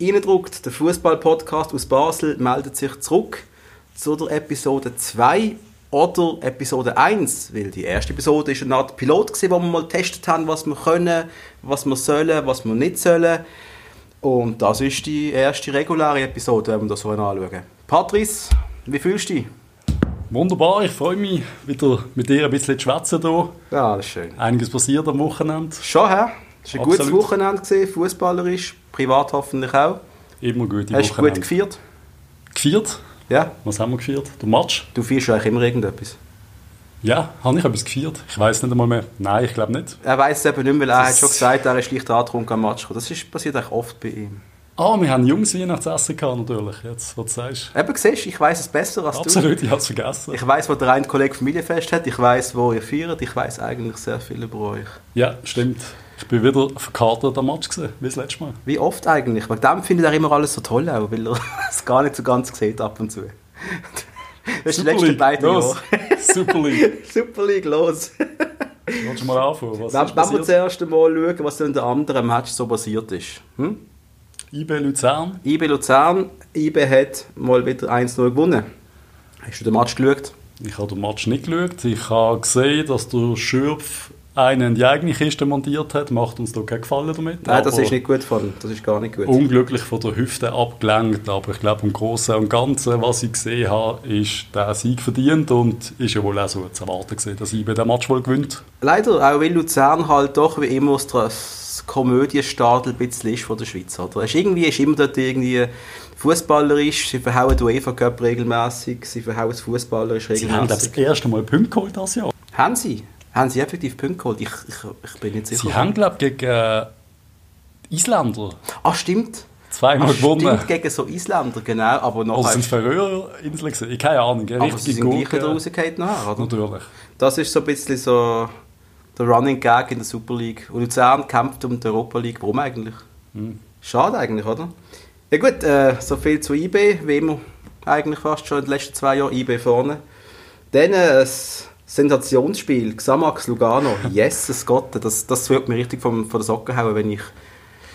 reindruckt. Der Fußball-Podcast aus Basel meldet sich zurück zu der Episode 2 oder Episode 1, weil die erste Episode ist eine Art Pilot gewesen, wo wir mal getestet haben, was wir können, was wir sollen, was wir nicht sollen. Und das ist die erste reguläre Episode, wenn wir das so anschauen. Patrice, wie fühlst du dich? Wunderbar, ich freue mich, wieder mit dir ein bisschen zu schwätzen hier. Ja, das ist schön. Einiges passiert am Wochenende. Schon, hä? Es war ein gutes Absolut. Wochenende, gewesen, fußballerisch, privat hoffentlich auch. Immer gute Hast du gut Wochenende. gefeiert? gefeiert? Ja? Was haben wir gefeiert? Der Match? Du feierst ja eigentlich immer irgendetwas. Ja, habe ich etwas gefeiert? Ich weiß nicht einmal mehr. Nein, ich glaube nicht. Er weiß es eben nicht, weil er Das- hat schon gesagt, er ist schlicht angetrunken am Match. gekommen. Das ist, passiert eigentlich oft bei ihm. Ah, wir haben junges Weihnachtsessen gehabt, natürlich. Jetzt, was du sagst. Eben, siehst du, ich weiß es besser als du. Absolut, ich habe es vergessen. Ich weiß, wo der eine Kollege Familienfest hat, ich weiß, wo ihr feiert, ich weiß eigentlich sehr viel über euch. Ja, stimmt. Ich bin wieder verkatert am Match gewesen, wie das letzte Mal. Wie oft eigentlich? Weil dem findet er immer alles so toll, auch, weil er es gar nicht so ganz sieht ab und zu. Das ist die letzten beiden los. Jahre. Super League. Super League, los! Willst du mal anfangen? Was Wenn ist wenn wir passiert? zuerst einmal schauen, was in der anderen Match so passiert ist. Hm? IB Luzern. IB Luzern, IB hat mal wieder 1-0 gewonnen. Hast du den Match geschaut? Ich habe den Match nicht geschaut. Ich habe gesehen, dass der Schürf einen in die eigene Kiste montiert hat. Macht uns da keinen Gefallen damit. Nein, das Aber Oh. ist nicht gut von. Das ist gar nicht gut. Unglücklich von der Hüfte abgelenkt. Aber ich glaube, im Großen und Ganzen, was ich gesehen habe, ist der Sieg verdient. Und ist ja wohl auch so zu erwarten gewesen, dass IB den Match wohl gewinnt. Leider, auch weil Luzern halt doch wie immer das- das Komödienstadel ein bisschen ist von der Schweiz. Oder? Es ist irgendwie ist immer dort irgendwie fußballerisch, sie verhauen die UEFA Cup regelmäßig, sie verhauen das fußballerisch Sie haben glaube ich, regelmäßig. das erste Mal Punkte geholt dieses Jahr. Haben sie? Haben sie effektiv Punkte geholt? Ich, ich, ich bin nicht sicher. Sie haben, glaube ich, gegen äh, Isländer Ah, stimmt. zweimal Ah, gewonnen. stimmt, gegen so Isländer, genau. Aber noch Also sind es Färöerinseln gewesen? Ich keine Ahnung. aber sie Richtig sind gut. gleich wieder rausgefallen nachher, oder? Natürlich. Das ist so ein bisschen so der Running Gag in der Super League. Und Luzern kämpft um die Europa League. Warum eigentlich? Hm. Schade eigentlich, oder? Ja gut, äh, so viel zu IB, wie immer eigentlich fast schon in den letzten zwei Jahren IB vorne. Dann äh, das Sensationsspiel, Xamax Lugano. Jesus Gott, das, das würde mir richtig vom, von der Socke hauen, wenn ich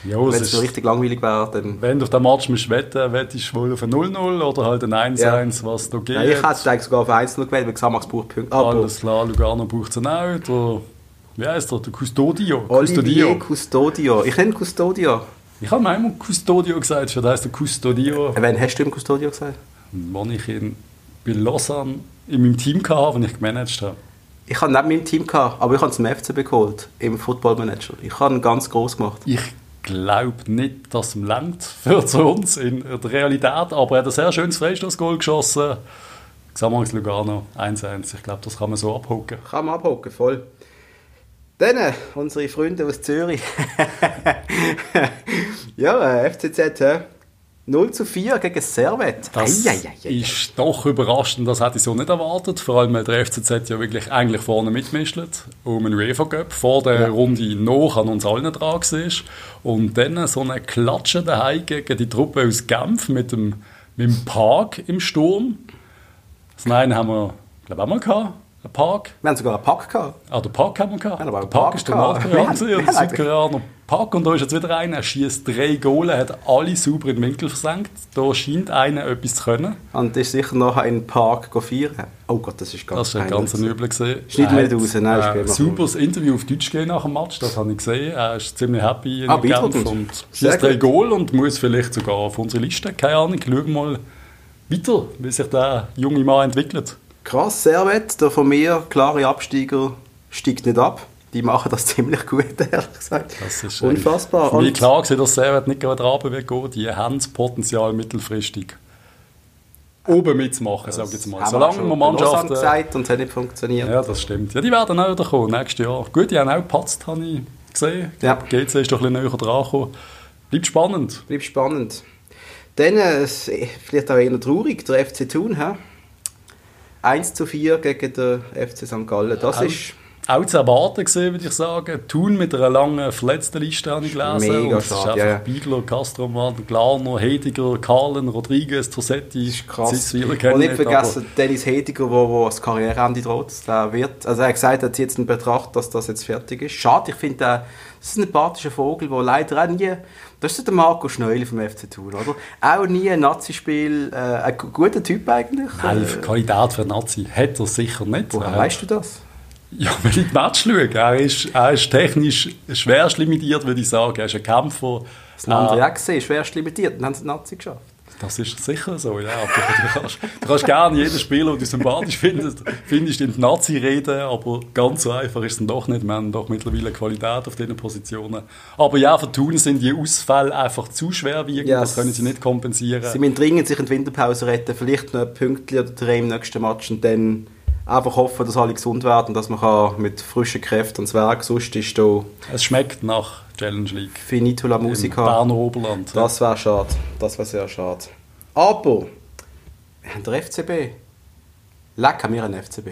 Ja, wenn es es so ist, richtig langweilig wäre. Dann, wenn du auf den Match musst wetten wettest du wohl auf ein 0-0 oder halt ein 1-1, was da geht. Nein, ich hätte eigentlich sogar auf 1 noch gewählt, weil Xamax braucht Punkte. Ah, Aber Alles klar, Lugano braucht es auch. Der, wie heißt der? Der Custodio. Olivier Custodio. Custodio. Ich nenne Custodio. Ich habe mir einmal Custodio gesagt, schon heißt der Custodio. Wann hast du im Custodio gesagt? Wenn ich ihn bei Lausanne in meinem Team hatte, den ich gemanagt habe. Ich habe nicht mein Team gehabt, aber ich habe es im FCB geholt, im Football Manager. Ich habe ihn ganz groß gemacht. Ich glaube nicht, dass es ihm langt für zu uns in der Realität, aber er hat ein sehr schönes Freistoßgoal geschossen. Xamax Lugano 1-1. Ich glaube, das kann man so abhocken. Kann man abhocken, voll. Dann äh, unsere Freunde aus Zürich. ja, äh, FCZ, hä? 0 zu 4 gegen Servet. Das Eieieiei. ist doch überraschend, das hätte ich so nicht erwartet. Vor allem, weil der FCZ ja wirklich eigentlich vorne mitmischelt, um einen UEFA Cup. Vor der Runde noch an uns allen dran war. Und dann so eine Klatsche daheim gegen die Truppe aus Genf mit dem, mit dem Park im Sturm. Das Nein haben wir, glaube ich, auch mal gehabt. Ein Park. Wir haben sogar einen Pack gehabt. Ah, der Park haben wir gehabt. Ja, aber der auch Park Park ist der gehabt. Nordkoreaner, Ja, der ja. Südkoreaner. Park und da ist jetzt wieder einer, er schießt drei Goale, hat alle sauber in den Winkel versenkt. Da scheint einer etwas zu können. Und ist sicher nachher in den Park go feiern. Oh Gott, das ist ganz Das ist ein peinlich. ganz ein übel gesehen. Schneiden wir nicht raus, nein, ist prima. Superes Interview auf Deutsch gegeben nach dem Match, das habe ich gesehen. Er ist ziemlich happy in Ah, Genf beeindruckend. und Sehr schießt drei gut. Goal und muss vielleicht sogar auf unsere Liste. Keine Ahnung, schauen wir mal weiter, wie sich der junge Mann entwickelt. Krass, Servet, der von mir klare Absteiger, steigt nicht ab. Die machen das ziemlich gut, ehrlich gesagt. Das ist Unfassbar. Wie Und- klar gewesen, dass Servet nicht gerade runter wird gehen. Die haben das Potenzial mittelfristig oben mitzumachen, sage ich jetzt mal. Haben Solange schon bei wir Lausanne Mannschaften... gesagt und es hat nicht funktioniert. äh, Ja, das stimmt. Ja, die werden auch wieder kommen, nächstes Jahr. Gut, die haben auch gepatzt, habe ich gesehen. Ich Ja. glaube, GC ist doch ein bisschen näher dran gekommen. Bleibt spannend. Bleibt spannend. Dann, äh, es- vielleicht auch eher traurig, der FC Thun. He? 1 zu 4 gegen den FC St. Gallen. Das Auch ist auch zu erwarten gewesen, würde ich sagen. Thun mit einer langen Verletztenliste habe ich gelesen. Mega und es ist schade, einfach ja, ja. Biegler, Kastroman, Glarner, Hediger, Kahlen, Rodriguez, Tossetti. Das ist krass. Ziswiller Und kennen nicht aber- vergessen, Dennis Hediger, wo, wo das Karriereende droht, der wird, also er hat gesagt, er zieht jetzt in Betracht, dass das jetzt fertig ist. Schade, ich finde, der- das ist ein sympathischer Vogel, der leider auch nie, das ist so der Marco Schneuli vom FC Thun, oder? Auch nie ein Nazi-Spiel, äh, ein gu- guter Typ eigentlich. Nein, äh, Qualität für Nazi hat er sicher nicht. woher Er- weißt du das? Ja, wenn ich die Match schaue, er ist, er ist technisch schwerst limitiert, würde ich sagen. Er ist ein Kämpfer. Das haben andere Ah, auch gesehen, schwerst limitiert, dann haben sie die Nazi geschafft. das ist sicher so, ja. Aber du, kannst, du kannst gerne jeden Spieler, den du sympathisch findest, findest in die Nazi reden, aber ganz so einfach ist es dann doch nicht. Wir haben doch mittlerweile Qualität auf diesen Positionen. Aber ja, für Thun sind die Ausfälle einfach zu schwerwiegend, Ja, das können sie nicht kompensieren. Sie müssen dringend sich in die Winterpause retten, vielleicht noch ein Pünktchen oder drei im nächsten Match und dann einfach hoffen, dass alle gesund werden, und dass man kann mit frischen Kräften ans Werk, sonst ist da es schmeckt nach Challenge League finito la im musica. Berner Oberland. Das wäre schade, das wäre sehr schade. Aber, wir haben der FCB. Leck haben wir einen FCB.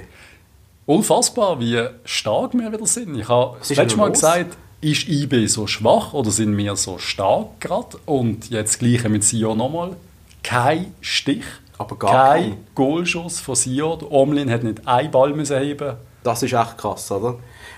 Unfassbar, wie stark wir wieder sind. Ich habe das ist letzte denn Mal los? gesagt, ist IB so schwach oder sind wir so stark gerade? Und jetzt das gleiche mit Sio nochmal. Kein Stich, Aber gar kein kein. Goalschuss von Sio. Der Omlin hat nicht einen Ball müssen heben. Das ist echt krass, oder?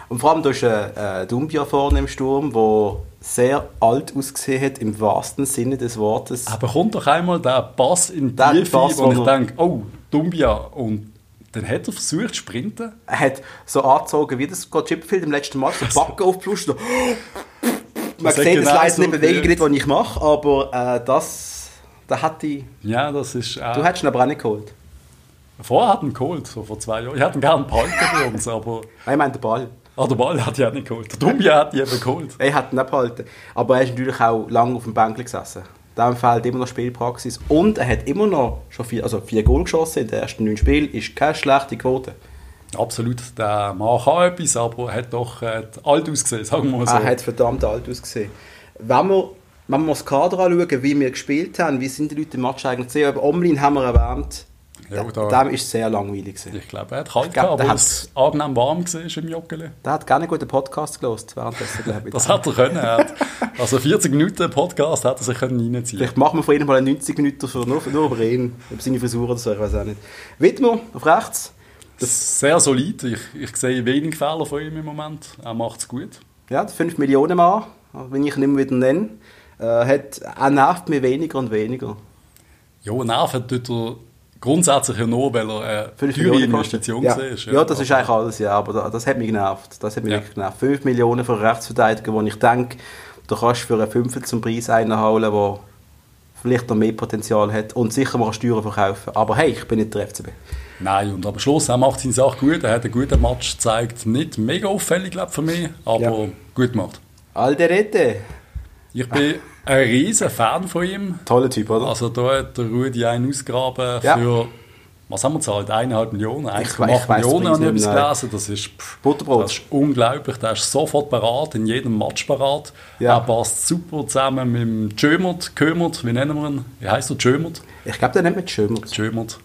Und vor allem, da ist äh, äh, Dumbia vorne im Sturm, der sehr alt ausgesehen hat, im wahrsten Sinne des Wortes. Aber kommt doch einmal der Pass in die Der Tiefe, Pass, wo ich wo er- denke, oh, Dumbia. Und dann hat er versucht zu sprinten. Er hat so angezogen, wie das Scott Chipfield im letzten Mal, so Backen auf die Brust. So. Man Das hat sieht es genau leider so nicht, Bewegung gewirkt. nicht, die ich mache, aber äh, das, da hat die, Ja, das ist... Äh, du hättest ihn aber auch nicht geholt. Vorher hat er ihn geholt, so vor zwei Jahren. Ich hätte ihn gerne behalten bei uns, aber... Nein, ich meine den Ball. Ah, der Ball hat ja nicht geholt. Der Dumbia hat ihn eben geholt. Er hat ihn abgehalten. Aber er ist natürlich auch lange auf dem Bänkchen gesessen. Dem fehlt immer noch Spielpraxis. Und er hat immer noch schon vier, also vier Goal geschossen in den ersten neun Spielen. Ist keine schlechte Quote. Absolut, der Mann kann etwas, aber er hat doch äh, alt ausgesehen, sagen wir mal so. Er Ah, hat verdammt alt ausgesehen. Wenn wir, wenn wir das Kader anschauen, wie wir gespielt haben, wie sind die Leute im Match eigentlich gesehen? Aber Omlin haben wir erwähnt. Ja, Der- da- Dem ist sehr langweilig. Gewesen. ich glaube, er hat kalt Ich glaub, gehabt, der weil hat- es angenehm warm war im Joggeli. Der hat gerne einen guten Podcast gelost währenddessen, glaube ich. Das hat er können. Er hat, also 40 Minuten Podcast hat er sich können reinziehen Vielleicht machen wir von ihnen mal einen 90 Minuten für, nur, nur über ihn. Ob seine Frisur oder so, ich weiß auch nicht. Widmer auf rechts. Sehr solid, ich, ich sehe wenig Fehler von ihm im Moment. Er macht es gut. Ja, der 5 Millionen Mann, wenn ich ihn immer wieder nenne, äh, hat, er nervt mich weniger und weniger. Ja, Nerv hat dort er grundsätzlich ja nur, weil er eine Fünf teure Millionen Investition ja. war. Ja, das ist eigentlich alles, ja, aber da- das hat mich genervt. Das hat mich Ja. wirklich genervt. 5 Millionen für einen Rechtsverteidiger, wo ich denke, du kannst für einen Fünfer zum Preis einen holen, der vielleicht noch mehr Potenzial hat und sicher mal Steuern verkaufen. Aber hey, ich bin nicht der FCB. Nein, und am Schluss, er macht seine Sache gut. Er hat einen guten Match gezeigt. Nicht mega auffällig, glaube ich, für mich, aber Ja. gut gemacht. Alderete, Ich bin ein riesen Fan von ihm. toller Typ, oder? Also da hat der Rudi einen ausgraben Ja. für, was haben wir gezahlt, eineinhalb Millionen, Ich we- ich 1,8 weiss Millionen den habe ich Preis etwas nicht, nein. gelesen. Das ist, pff, Butterbrot. das ist unglaublich, der ist sofort parat, in jedem Match parat. Ja. Er passt super zusammen mit dem Tschömert, Kömert, wie nennen wir ihn? Wie heißt er? Tschömert? ich glaube, der nennt man Schömert. Tschömert.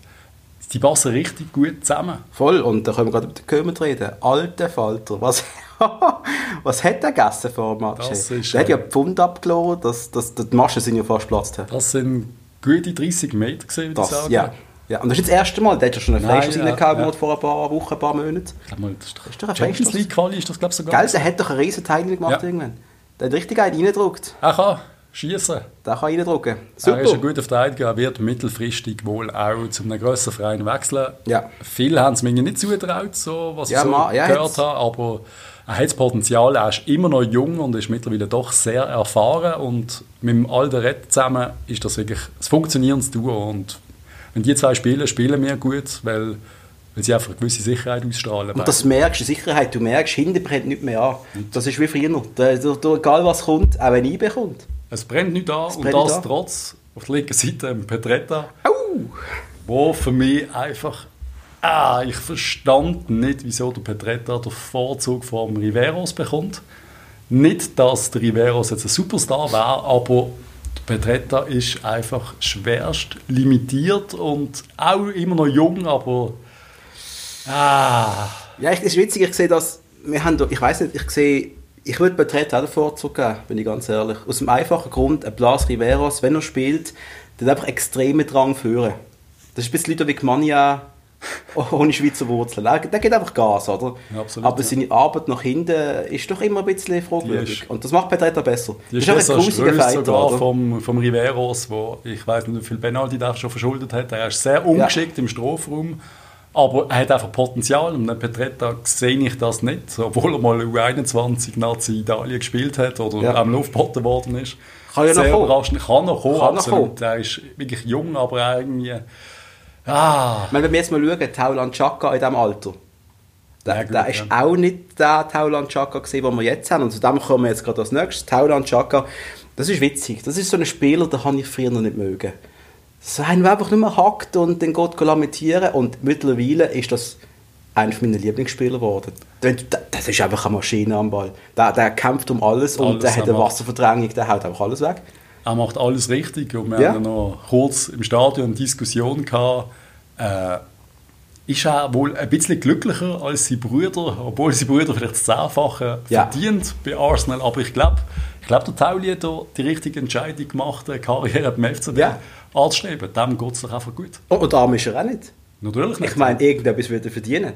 Die passen richtig gut zusammen. Voll, und da können wir gerade über den Kömer reden. Alter Falter, was, was hat der gegessen vor dem Match? Das hey? ist äh, der hat ja ein- Pfund abgelassen, das, das, die Maschen sind ja fast platzt. Das sind gute 30 Meter, gewesen, würde ich Das, sagen. ja. ja. Und das ist jetzt das erste Mal, der hat ja schon einen Nein, Freistoß ja, ja, gehabt, ja. vor ein paar Wochen, ein paar Monaten. Ich glaube mal, das ist doch, Ist doch ein Champions Freistoß. League-Quali, ist das glaube ich sogar. Gell, der hat doch einen riesen Teil gemacht Ja. irgendwann. Der hat richtig einen reingedruckt. Er kann schiessen. Der kann reindrucken. Er ist ein Super. guter Verteidiger, er wird mittelfristig wohl auch zu einem grösseren Verein wechseln. Ja. Viele haben es mir nicht zugetraut, so, was Ja, ich so ma- ja, gehört jetzt- habe, aber er hat das Potenzial, er ist immer noch jung und ist mittlerweile doch sehr erfahren und mit dem Alderet zusammen ist das wirklich ein funktionierendes Duo und wenn die zwei spielen, spielen wir gut, weil, weil sie einfach eine gewisse Sicherheit ausstrahlen. Und das merkst du, die Sicherheit, du merkst, hinten brennt nicht mehr an. Das ist wie früher. Da, da, da, egal was kommt, auch wenn ich bekommt. Es brennt nicht an und brennt das nicht an. trotz auf der linken Seite ein Petretta, Au! wo für mich einfach ah, ich verstand nicht, wieso der Petretta den Vorzug vor dem Riveros bekommt. Nicht, dass der Riveros jetzt ein Superstar war, aber der Petretta ist einfach schwerst limitiert und auch immer noch jung, aber ah, Ja, ich, das ist witzig, ich sehe das wir haben, da- ich weiß nicht, ich sehe, ich würde Porträt auch den Vorzug geben, bin ich ganz ehrlich. Aus dem einfachen Grund, ein Blas Riveros, wenn er spielt, der hat einfach extremen Drang führen. Das ist ein bisschen Leute wie Mania ohne Schweizer Wurzeln. Der, der gibt einfach Gas, oder? Ja, absolut, Aber ja. seine Arbeit nach hinten ist doch immer ein bisschen fragwürdig. Die ist- Und das macht Porträt auch besser. Die auch Schwester ist grösser sogar oder? vom, vom Riveros, wo ich weiß nicht, wie viel Penalty der schon verschuldet hat. Er ist sehr ungeschickt im Strafraum, aber er hat einfach Potenzial. Und den Petretta sehe ich das nicht, obwohl er mal U21 Nazi Italien gespielt hat oder Ja. am Luftboten worden ist. Kann ja noch sehr kommen. überraschend. Kann noch kommen, Kann noch absolut. Er ist wirklich jung, aber er irgendwie... Ah, Ich meine, wenn wir jetzt mal schauen, Tauland Chaka in diesem Alter. Der, Ja, gut, der ist ja. auch nicht der Tauland Chaka gewesen, den wir jetzt haben. Und zu dem kommen wir jetzt gerade als nächstes. Tauland Chaka, das ist witzig. Das ist so ein Spieler, den habe ich früher noch nicht mögen. So einen, der einfach nicht mehr hackt und den geht lamentieren. Und mittlerweile ist das einer meiner Lieblingsspieler geworden. Wenn du- da- Das ist einfach eine Maschine am Ball. Der, der kämpft um alles und Alles der hat eine einmal. Wasserverdrängung, der haut einfach alles weg. er macht alles richtig. Und wir Ja. haben ja noch kurz im Stadion eine Diskussion gehabt. Äh, ist er wohl ein bisschen glücklicher als seine Brüder, obwohl seine Brüder vielleicht das Zehnfache Ja. verdient bei Arsenal. Aber ich glaube, ich glaub, der Tauli hat da die richtige Entscheidung gemacht, eine Karriere beim FCB Ja. anzustreben. Dem geht es doch einfach gut. Und, und arm ist er auch nicht. Natürlich nicht. Ich meine, irgendetwas würde er verdienen.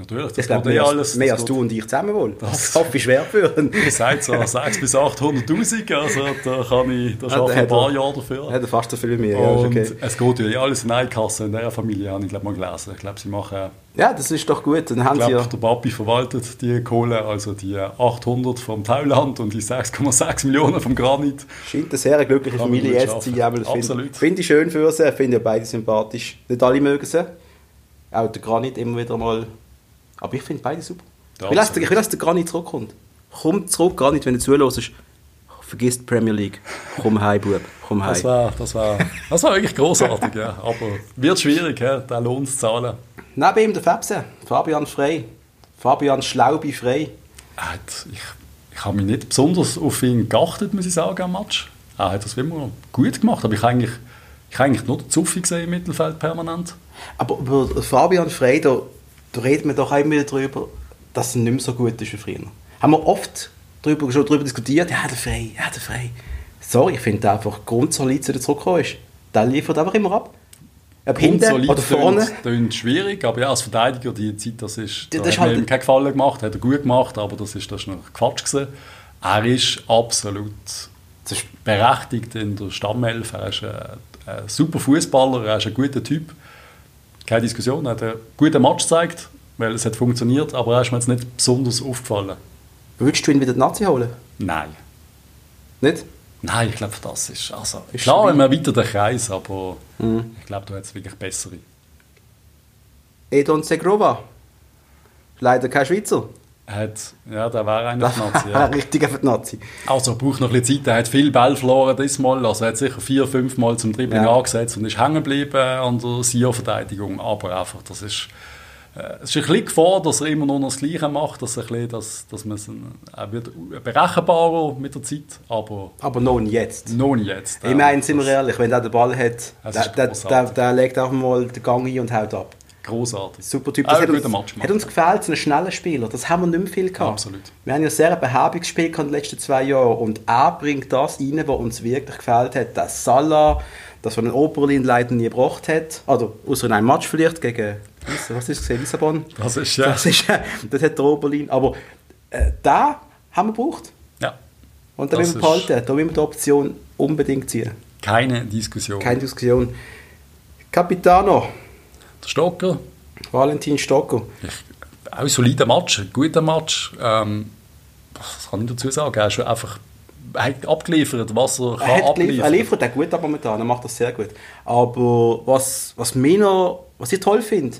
Natürlich, das Ich glaube, geht eh mehr, alles. als, mehr das als geht- du und ich zusammen wohl. Das Das- hoffe ich schwer führen. Ich sage so 600.000 bis 800.000, also da kann ich, da schaffe ich ein paar Jahre dafür. Hat er fast so viel wie mir. Ja, ist Und okay. es geht ja eh alles in eine Kasse in dieser Familie, habe ich glaube mal gelesen. Ich glaube, sie machen, ja, das ist doch gut. Dann haben ich glaube, sie der Papi verwaltet die Kohle, also die 800 vom Tauland und die 6,6 Millionen vom Granit. ja, scheint eine sehr glückliche Kann man Familie gut jetzt zu schaffen. sein. aber das Finde Absolut. finde ich schön für sie. Ich finde ja beide sympathisch. Nicht alle mögen sie. Auch der Granit immer wieder mal. Aber ich finde beide super. Ja, ich, will, dass, der- absolut. ich will, dass der Granit zurückkommt. Komm zurück, Granit, wenn du zuhörst. Vergiss die Premier League. Komm heim, Bub. Komm heim. Das war, das war, das war wirklich großartig, ja. aber wird schwierig, ja, den Lohn zu zahlen. Neben ihm der Febse. Fabian Frey. Fabian Schlaubi Frey. Er hat- Ich, ich habe mich nicht besonders auf ihn geachtet, muss ich sagen, am Match. Er hat das wie immer gut gemacht, aber ich habe eigentlich, ich habe eigentlich nur den Zuffi gesehen im Mittelfeld permanent. Aber über Fabian Frey, da, da reden wir doch einmal darüber, dass er nicht mehr so gut ist wie früher. Haben wir oft darüber, schon darüber diskutiert, ja, der Frey, ja, der Frey. Sorry, ich finde einfach grundsolid, dass er zurückgekommen ist. Der liefert einfach immer ab. Ob hinten Grundsolid oder vorne. tönt- tönt schwierig, aber ja, als Verteidiger, die Zeit, das ist, Das da ist hat mir halt- ihm keinen Gefallen gemacht, hat er gut gemacht, aber das ist, das ist noch Quatsch gewesen. Er ist absolut Das ist- berechtigt in der Stammelf, er ist ein, ein super Fußballer, er ist ein guter Typ, keine Diskussion, er hat einen guten Match gezeigt, weil es hat funktioniert, aber er ist mir jetzt nicht besonders aufgefallen. Würdest du ihn wieder die Nazi holen? Nein. Nicht? Nein, ich glaube, das ist, also, Ist klar, schwierig. Mhm. wenn man weiter den Kreis, aber ich glaube, da hat es wirklich bessere. Edon Segrova. Leider kein Schweizer. Er Hat, ja, der wäre einer Das von Nazi, ja. war richtig einfach die Nazi. Also er braucht noch ein bisschen Zeit, er hat viel Ball verloren diesmal, also er hat sicher vier, fünf Mal zum Dribbling Ja. angesetzt und ist hängen geblieben an der Sion-Verteidigung, aber einfach, das ist, äh, es ist ein bisschen Gefahr, dass er immer nur noch das Gleiche macht, dass, er ein bisschen, dass, dass man es, äh, er wird berechenbarer mit der Zeit, aber Aber noch nicht jetzt. noch nicht jetzt. Ich meine, sind wir ehrlich, wenn der den Ball hat, der, Das ist der, der, grossartig. der legt einfach mal den Gang ein und haut ab. Großartig. Super Typ. Das hat, Ah, guter uns, Match hat gemacht. uns gefällt, so einen schnellen Spieler. Das haben wir nicht mehr viel gehabt. Absolut. Wir haben ja sehr ein behäbiges Spiel gehabt in den letzten zwei Jahren und er bringt das rein, was uns wirklich gefällt hat. Das Salah, das von den Oberlin leider nie gebracht hat. Oder außer in einem Match vielleicht gegen Liss- was ist es, gewesen? Lissabon. Das ist, ja. Das, ist, das hat der Oberlin. Aber äh, da haben wir gebraucht. Ja, Und da Das müssen wir ist- behalten. Da müssen wir die Option unbedingt ziehen. keine Diskussion. Keine Diskussion. Capitano, Der Stocker, Valentin Stocker. Ich, auch ein solider Match, ein guter Match. Ähm, was kann ich dazu sagen? Er ist schon einfach er hat abgeliefert, was er kann Er, hat geliefert, er abliefern. liefert auch gut ab momentan, er macht das sehr gut. Aber was, was, mich noch, was ich toll finde,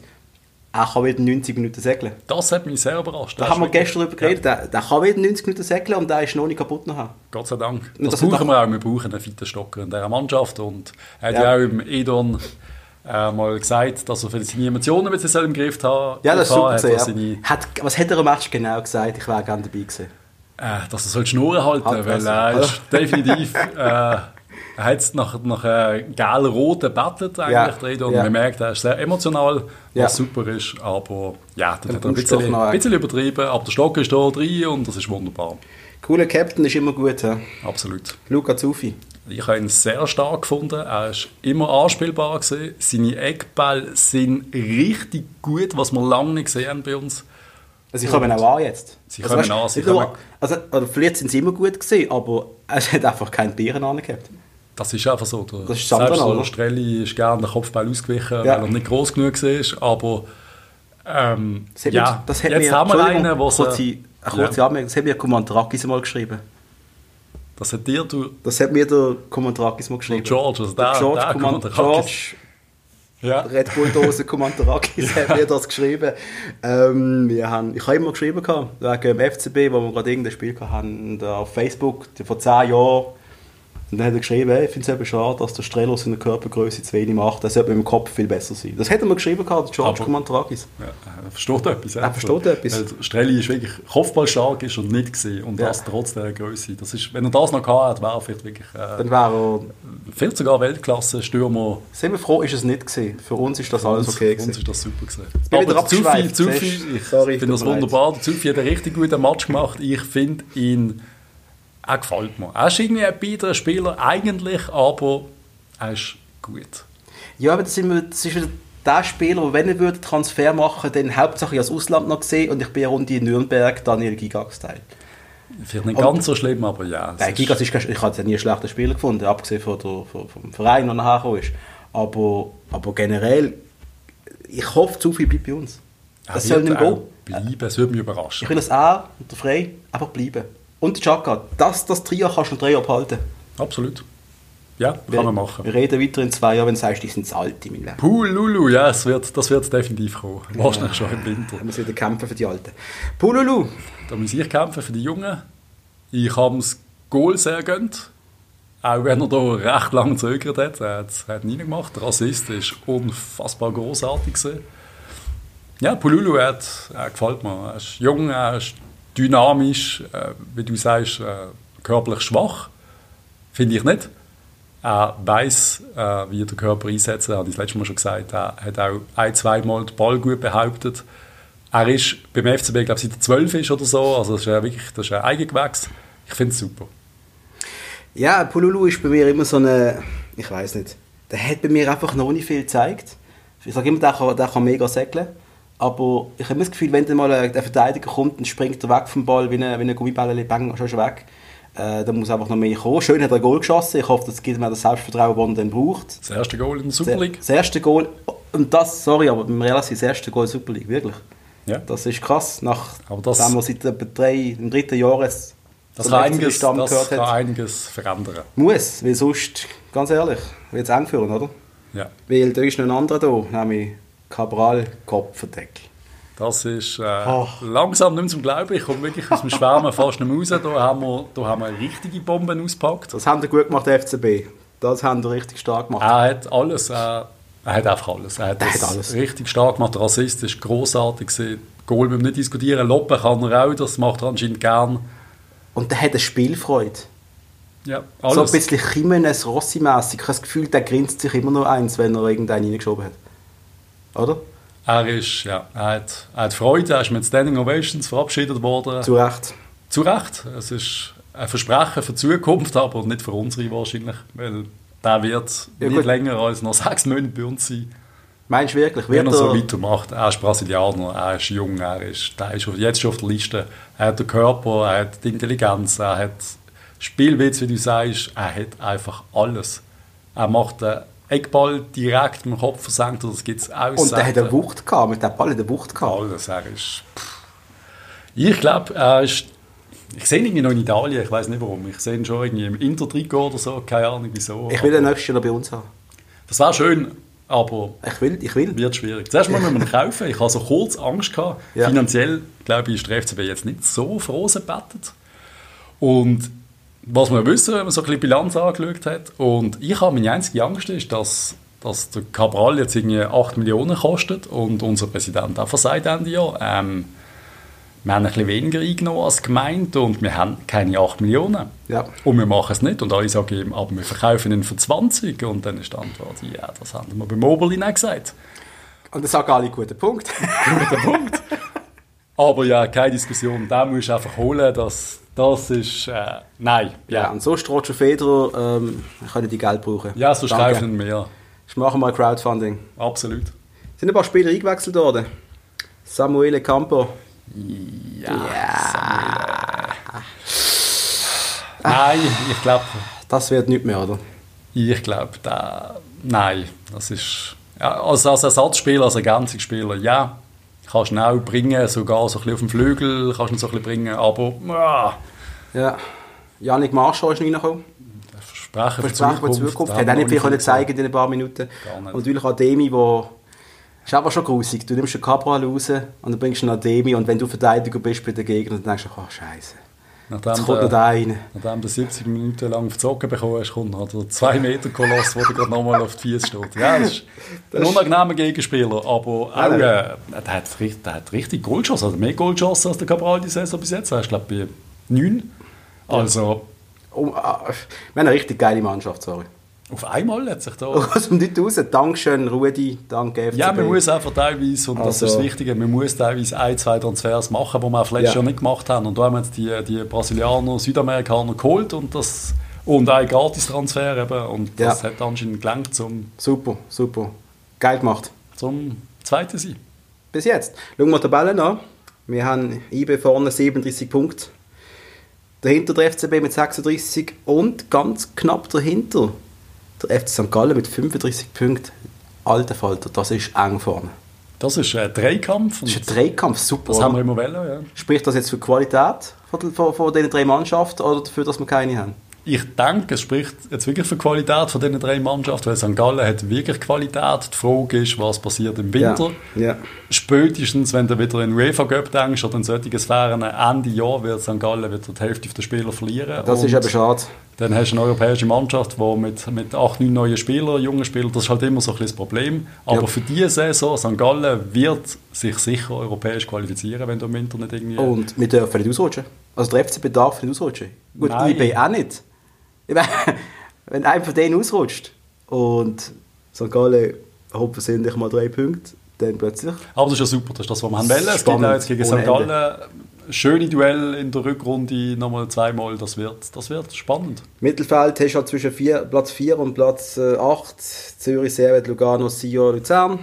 er kann wieder 90 Minuten segeln. Das hat mich sehr überrascht. Da Das haben wir ist wirklich- gestern darüber geredet, der, der kann wieder 90 Minuten segeln und der ist noch nicht kaputt nachher. Ja, Gott sei Dank. Und Das, das hat brauchen doch- wir auch. Wir brauchen einen fitten Stocker in dieser Mannschaft. Und er hat Ja. ja, auch im Edon äh, mal gesagt, dass er für seine Emotionen ein bisschen im Griff haben Ja, das ist super hat, gesehen. dass, ja. seine, Hat, was hat er am Match genau gesagt? Ich wäre gerne dabei gewesen. äh, dass er soll Schnurren halten Halt soll, weil besser. er ist definitiv äh, Er hat es nach, nach äh, gel-rot gebettelt eigentlich Ja. drin und Ja. man merkt, er ist sehr emotional, Ja. was super ist, aber ja, das hat er ein kommst du doch bisschen, noch ein. bisschen übertrieben, aber der Stock ist da drin und das ist wunderbar, Cooler Captain ist immer gut. hä? absolut. Luca Zuffi. Ich habe ihn sehr stark gefunden. Er ist immer anspielbar gewesen. Seine Eckbälle sind richtig gut, was wir lange nicht gesehen haben bei uns. Also sie kommen auch an jetzt. Sie also, kommen weißt, an, sie nicht nur- kommen- Also, oder vielleicht sind sie immer gut gewesen, aber es hat einfach keinen Bieren angehabt. Das ist einfach so. Der, Das ist Sandra, selbst oder? der Strelli ist gerne den Kopfball ausgewichen, weil Ja. er nicht groß genug war. Aber ähm, Das hat ja, mir, das hat jetzt mir, haben wir Entschuldigung, einen, was, kurze, äh, eine kurze ja, Anmerkung, das hat mir Komandrakis mal geschrieben. das hat dir du, Das hat mir der Komandrakis mal geschrieben. George, also der der- George, der Komand- Komandrakis. George ja, Red Bull Dose Komandrakis hat mir das geschrieben. Ähm, wir haben, ich habe immer geschrieben gehabt, wegen dem FCB, wo wir gerade irgendein Spiel hatten, und, äh, auf Facebook die- vor 10 Jahren. Und dann hat er geschrieben, hey, ich finde es eben schade, dass der Strelo seine Körpergröße zu wenig macht. Das sollte mit dem Kopf viel besser sein. Das hätte er mir geschrieben gehabt, der George Aber- Komandrakis. Ja, er versteht etwas. Er versteht etwas. Weil der Strelli ist wirklich kopfballstark ist und nicht gesehen. Und Ja. das trotz der Größe. Das ist, wenn er das noch gehabt hätte, wäre er vielleicht wirklich äh, Dann wäre er vielleicht sogar Weltklasse-Stürmer. Sind wir froh, ist es nicht gesehen. Für uns ist das Für alles uns- okay für uns gewesen. ist das super gewesen. bin wieder Aber zu viel, abgeschweift, zu siehst viel. du. Ich Sorry, finde das tut mir leid. wunderbar. Der Zufi hat einen richtig guten Match gemacht. Ich finde ihn, er gefällt mir. Er ist irgendwie ein biederer Spieler eigentlich, aber er ist gut. Ja, aber das, sind wir, das ist wieder der Spieler, der, wenn er würde Transfer machen würde, dann hauptsächlich aus Ausland noch gesehen und ich bin rund in Nürnberg Daniel Gigax teil. Vielleicht nicht Und- ganz so schlimm, aber ja. es Nein, ist- Gigax ist, kein- ich habe nie einen schlechten Spieler gefunden, abgesehen von der, von, vom Verein, der nachher gekommen ist. Aber, aber generell, ich hoffe, zu viel bleibt bei uns. er Das soll wird nicht auch gehen. bleiben. Es würde mich Ich überraschen. will, dass er und der Frey einfach bleiben. Und der Chaka, das, das Trio kannst du noch drei Jahre behalten. Absolut. Ja, kann Wir- man machen. Wir reden weiter in zwei Jahren, wenn du sagst, die sind das Alte, mein Leben. Puh, Lulu, ja, es wird, das wird definitiv kommen. Wahrscheinlich schon im Winter. Da muss wieder kämpfen für die Alten. Pululu, Da muss ich kämpfen für die Jungen. Ich habe ihm das Goal sehr gönnt. Auch wenn er da recht lange gezögert hat. Er hat es nie gemacht. Der Rassist ist unfassbar großartig. Ja, Pululu hat, er gefällt mir. Er ist jung, er ist dynamisch, äh, wie du sagst, äh, körperlich schwach. Finde ich nicht. Er weiß, äh, wie er den Körper einsetzen kann. Ich das letzte Mal schon gesagt, er hat auch ein-, zweimal den Ball gut behauptet. Er ist beim FCB, glaube ich, seit er 12 ist oder so. Also, das ist ja wirklich das ist ein Eigengewächs. Ich finde es super. Ja, Pululu ist bei mir immer so eine. Ich weiß nicht. Der hat bei mir einfach noch nicht viel gezeigt. Ich sage immer, der kann, der kann mega säckeln. Aber ich habe immer das Gefühl, wenn dann mal äh, der Verteidiger kommt, dann springt er weg vom Ball, wie ein, wie ein Gummiball, bang, schon ist er weg. Äh, da muss einfach noch mehr kommen. Schön hat er ein Goal geschossen. Ich hoffe, das gibt mir das Selbstvertrauen, das er dann braucht. Das erste Goal in der Super Das, League. das erste Goal, und das, sorry, aber beim Real ist das erste Goal Super League, wirklich. Ja. Das ist krass, nachdem Aber das- wir seit etwa drei, im dritten Jahr jetzt Das zum kann, FC einiges, Stamm das gehört kann hat. einiges verändern. Muss, weil sonst, ganz ehrlich, wird es eng führen, oder? Ja. Weil da ist noch ein anderer da, nämlich Cabral Kopfendeckel. Das ist äh, Ach. langsam nicht mehr zum Glauben. Ich komme wirklich aus dem Schwärmen fast nicht mehr raus. Da haben wir, da haben wir richtige Bomben ausgepackt. Das haben die gut gemacht, der FCB. Das haben die richtig stark gemacht. Er hat alles. Äh, er hat einfach alles. Er hat, Er hat das alles. richtig stark gemacht. Der Rassist ist großartig. Goal müssen wir nicht diskutieren. Loppen kann er auch. Das macht er anscheinend gern. Und der hat eine Spielfreude. Ja, So alles. ein bisschen Jimenez rossi mäßig Ich habe das Gefühl, der grinst sich immer nur eins, wenn er irgendeinen reingeschoben hat. Oder? er ist, ja, er hat, er hat Freude. Er ist mit Standing Ovations verabschiedet worden. Zu Recht. Zu Recht. Es ist ein Versprechen für die Zukunft, aber nicht für unsere wahrscheinlich, weil der wird Ja, nicht gut. länger als noch sechs Monate bei uns sein, Meinst du wirklich? wenn Wird er so er, weitermacht. Er ist Brasilianer, er ist jung, er ist, der ist auf- jetzt schon auf der Liste. Er hat den Körper, er hat die Intelligenz, er hat Spielwitz, wie du sagst, er hat einfach alles. Er macht den Eckball direkt mit dem Kopf versenkt, das gibt es auch und der hat selten. eine Wucht gehabt, mit dem Ball hat er eine Wucht gehabt. Alles, er ist. pff. Ich glaube, er ist. Ich sehe ihn irgendwie noch in Italien, ich weiß nicht warum. Ich sehe ihn schon irgendwie im Inter-Trikot oder so, keine Ahnung wieso. Ich will den nächsten noch bei uns haben. Das wäre schön, aber Ich will, ich will. wird schwierig. Zuerst mal müssen wir ihn kaufen. Ich habe so kurz Angst gehabt. Ja. Finanziell, glaube ich, ist der FCB jetzt nicht so froh bettet. Und was wir wissen, wenn man so ein bisschen Bilanz angeschaut hat, und ich habe meine einzige Angst ist, dass, dass der Cabral jetzt irgendwie 8 Millionen kostet und unser Präsident auch versagt Ende Jahr. Ähm, wir haben ein bisschen weniger eingenommen als gemeint und wir haben keine 8 Millionen. Ja. Und wir machen es nicht. Und alle sagen ihm, aber wir verkaufen ihn für 20. Und dann ist die Antwort, ja, das haben wir bei Mobile nicht gesagt. Und das sagen alle guten Punkt. Guter Punkt. Aber ja, keine Diskussion. Da musst du einfach holen, dass das ist, äh, nein. ja, Ja, und sonst Roger Federer ähm, können die Geld brauchen. ja sonst Danke. kaufen wir. Ich mache mal Crowdfunding. Absolut. Sind ein paar Spieler eingewechselt worden. Samuele Campo. Ja. Nein, ich glaube, Das wird nicht mehr, oder? ich glaube, da, nein, das ist, ja, als, als Ersatzspieler, als Ergänzungsspieler, ja, kannst du ihn auch bringen, sogar so ein bisschen auf dem Flügel, kannst du ihn so ein bisschen bringen, aber, ah, Ja. Janik Marschall ist noch reingekommen. Versprechen für Versprechen für die Zukunft. Hat auch nicht viel können zeigen in ein paar Minuten. Gar nicht. Und natürlich auch Demi, der... Ist aber schon grusig. Du nimmst den Cabral raus und dann bringst du ihn an Demi und wenn du Verteidiger bist bei den Gegnern, dann denkst du, oh scheiße, jetzt Nachdem kommt noch der, der eine. nachdem du 70 Minuten lang verzogen bekommen hast, kommt noch der 2 Meter Koloss, wo der gerade nochmal auf die Füße steht. Ja, das ist ein unangenehmer Gegenspieler, aber auch, Ah, äh, der, hat, richt- der hat richtig Goal geschossen, also mehr Goal geschossen als der Cabral die Saison bis jetzt. Er ist, glaube ich, bei 9. Also, Oh, ah, wir haben eine richtig geile Mannschaft, sorry. auf einmal hat sich da... Aus dem Nichts raus. Dankeschön, Rudi. Danke, FCB. Ja, man muss einfach teilweise, und das Also- ist das Wichtige, man muss teilweise ein, zwei Transfers machen, die wir auch letztes Ja. Jahr nicht gemacht haben. Und da haben wir jetzt die, die Brasilianer, Südamerikaner geholt und das und ein Gratis-Transfer eben. Und das Ja. hat anscheinend gelangt zum, Super, super. Geil gemacht. zum zweiten Sieg. Bis jetzt. Schauen wir die Tabellen an. Wir haben IB vorne 37 Punkte. Dahinter der FCB mit 36 und ganz knapp dahinter der FC St. Gallen mit 35 Punkten. Alter Falter, das ist eng vorne. Das ist ein Dreikampf Das und ist ein Dreikampf, super. das oder? haben wir immer wollen. Ja. Spricht das jetzt für die Qualität von, von, von diesen drei Mannschaften oder dafür, dass wir keine haben? Ich denke, es spricht jetzt wirklich für die Qualität von diesen drei Mannschaften, weil St. Gallen hat wirklich Qualität. Die Frage ist, was passiert im Winter. Ja. ja. Spätestens, wenn du wieder in den UEFA Cup denkst oder in solchen Sphären, Ende Jahr wird St. Gallen wieder die Hälfte der Spieler verlieren. Das ist Und eben schade. Dann hast du eine europäische Mannschaft, die mit, mit acht, neun neuen Spielern, jungen Spielern, das ist halt immer so ein bisschen das Problem. Aber Ja. für diese Saison, St. Gallen wird sich sicher europäisch qualifizieren, wenn du im Winter nicht irgendwie... Und wir dürfen nicht ausrutschen. Also der FCB darf nicht ausrutschen. Gut, Nein. IB auch nicht. Ich meine, wenn einer von denen ausrutscht und St. Gallen hoffen sind nicht mal drei Punkte, dann plötzlich. Aber das ist ja super, das ist das, was wir haben wollen. Es gibt Spannend, auch jetzt gegen ohne St. Gallen schöne Duell in der Rückrunde, nochmal zweimal, das wird, das wird spannend. Mittelfeld hast du halt zwischen vier, Platz 4 und Platz 8. Zürich, Servet, Lugano, Sion, Luzern.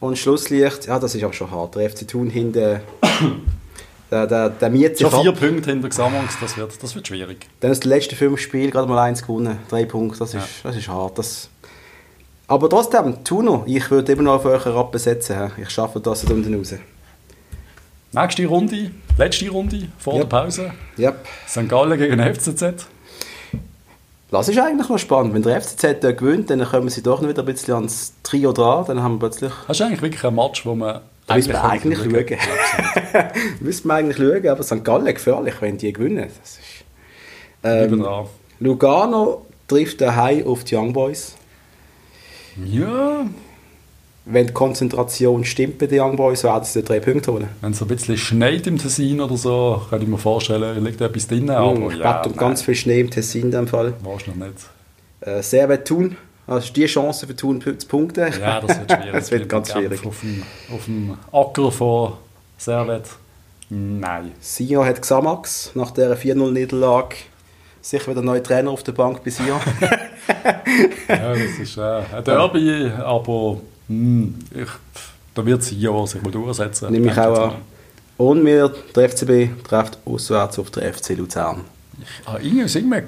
Und Schlusslicht, ja, das ist auch schon hart. Der FC Thun hinten, der, der, der mietet sich Schon vier ab. Punkte hinter Gesamtungs, das wird, das wird schwierig. Dann aus den letzten fünf Spielen gerade mal eins gewonnen. Drei Punkte, das ist, das ist hart. Das aber trotzdem, Tuno, ich würde immer noch auf euch Rappen setzen. hä? Ich schaffe das nicht unten raus. Nächste Runde, letzte Runde vor Ja. der Pause. Yep. St. Gallen gegen FCZ. Das ist eigentlich noch spannend. Wenn der FCZ dort gewinnt, dann kommen sie doch noch wieder ein bisschen ans Trio dran. Dann haben wir plötzlich... Hast du eigentlich wirklich ein Match, wo man Da müssen wir eigentlich könnte schauen. müssen wir eigentlich schauen, aber St. Gallen gefährlich, wenn die gewinnen. Das ist, Bleiben ähm, dran. Lugano trifft daheim auf die Young Boys. Ja, Wenn die Konzentration stimmt bei den Young Boys, werden sie die drei Punkte holen. wenn es ein bisschen schneit im Tessin oder so, kann ich mir vorstellen, liegt etwas drin, aber ich Oh, ja, bete um nein, ganz viel Schnee im Tessin in dem Fall. wahrscheinlich nicht. Äh, Servet Thun, also die Chance für Thun zu punkten. Ja, das wird schwierig. das wird ganz Genf schwierig. Auf dem, auf dem Acker von Servet? Nein. Sion hat Xamax nach dieser 4-0-Niederlage sicher wieder einen neuen Trainer auf der Bank bei Sion. Ja, das ist äh, ein Derby, aber mh, ich, da wird sie ja sich mal durchsetzen. Nehme ich Denke auch jetzt mal. an. Und wir, der FCB, trifft auswärts auf den FC Luzern. Ich habe Ah, irgendwie, irgendwie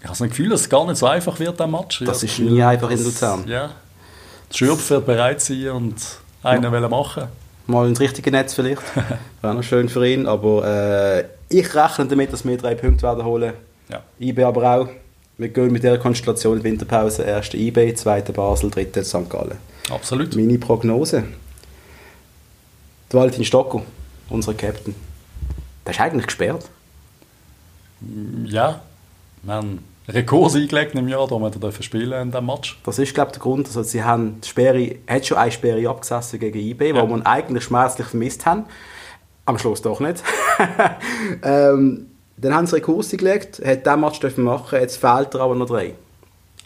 ich habe so ein Gefühl, dass es gar nicht so einfach wird, der Match. Ich Das habe ist Gefühl, nie einfach in dass- Luzern. Ja. Die Schürpf wird bereit sein und einen wollen machen. Mal ins richtige Netz vielleicht. Wäre noch schön für ihn. Aber äh, ich rechne damit, dass wir drei Punkte werden holen. Ja. IB aber auch. Wir gehen mit dieser Konstellation in die Winterpause. Erste IB, zweite Basel, dritte St. Gallen. Absolut. Meine Prognose. Der Valentin Stocko, unser Captain. Der ist eigentlich gesperrt. Ja. Wir haben Rekurs eingelegt im Jahr, da wir dürfen spielen in diesem Match. Das ist, glaube ich, der Grund. Also, sie haben die Sperre, hat schon eine Sperre abgesessen gegen IB, die Ja. man eigentlich schmerzlich vermisst haben. Am Schluss doch nicht. ähm, dann haben sie Rekurse gelegt, hat den Match dürfen machen, jetzt fehlt er aber noch drei.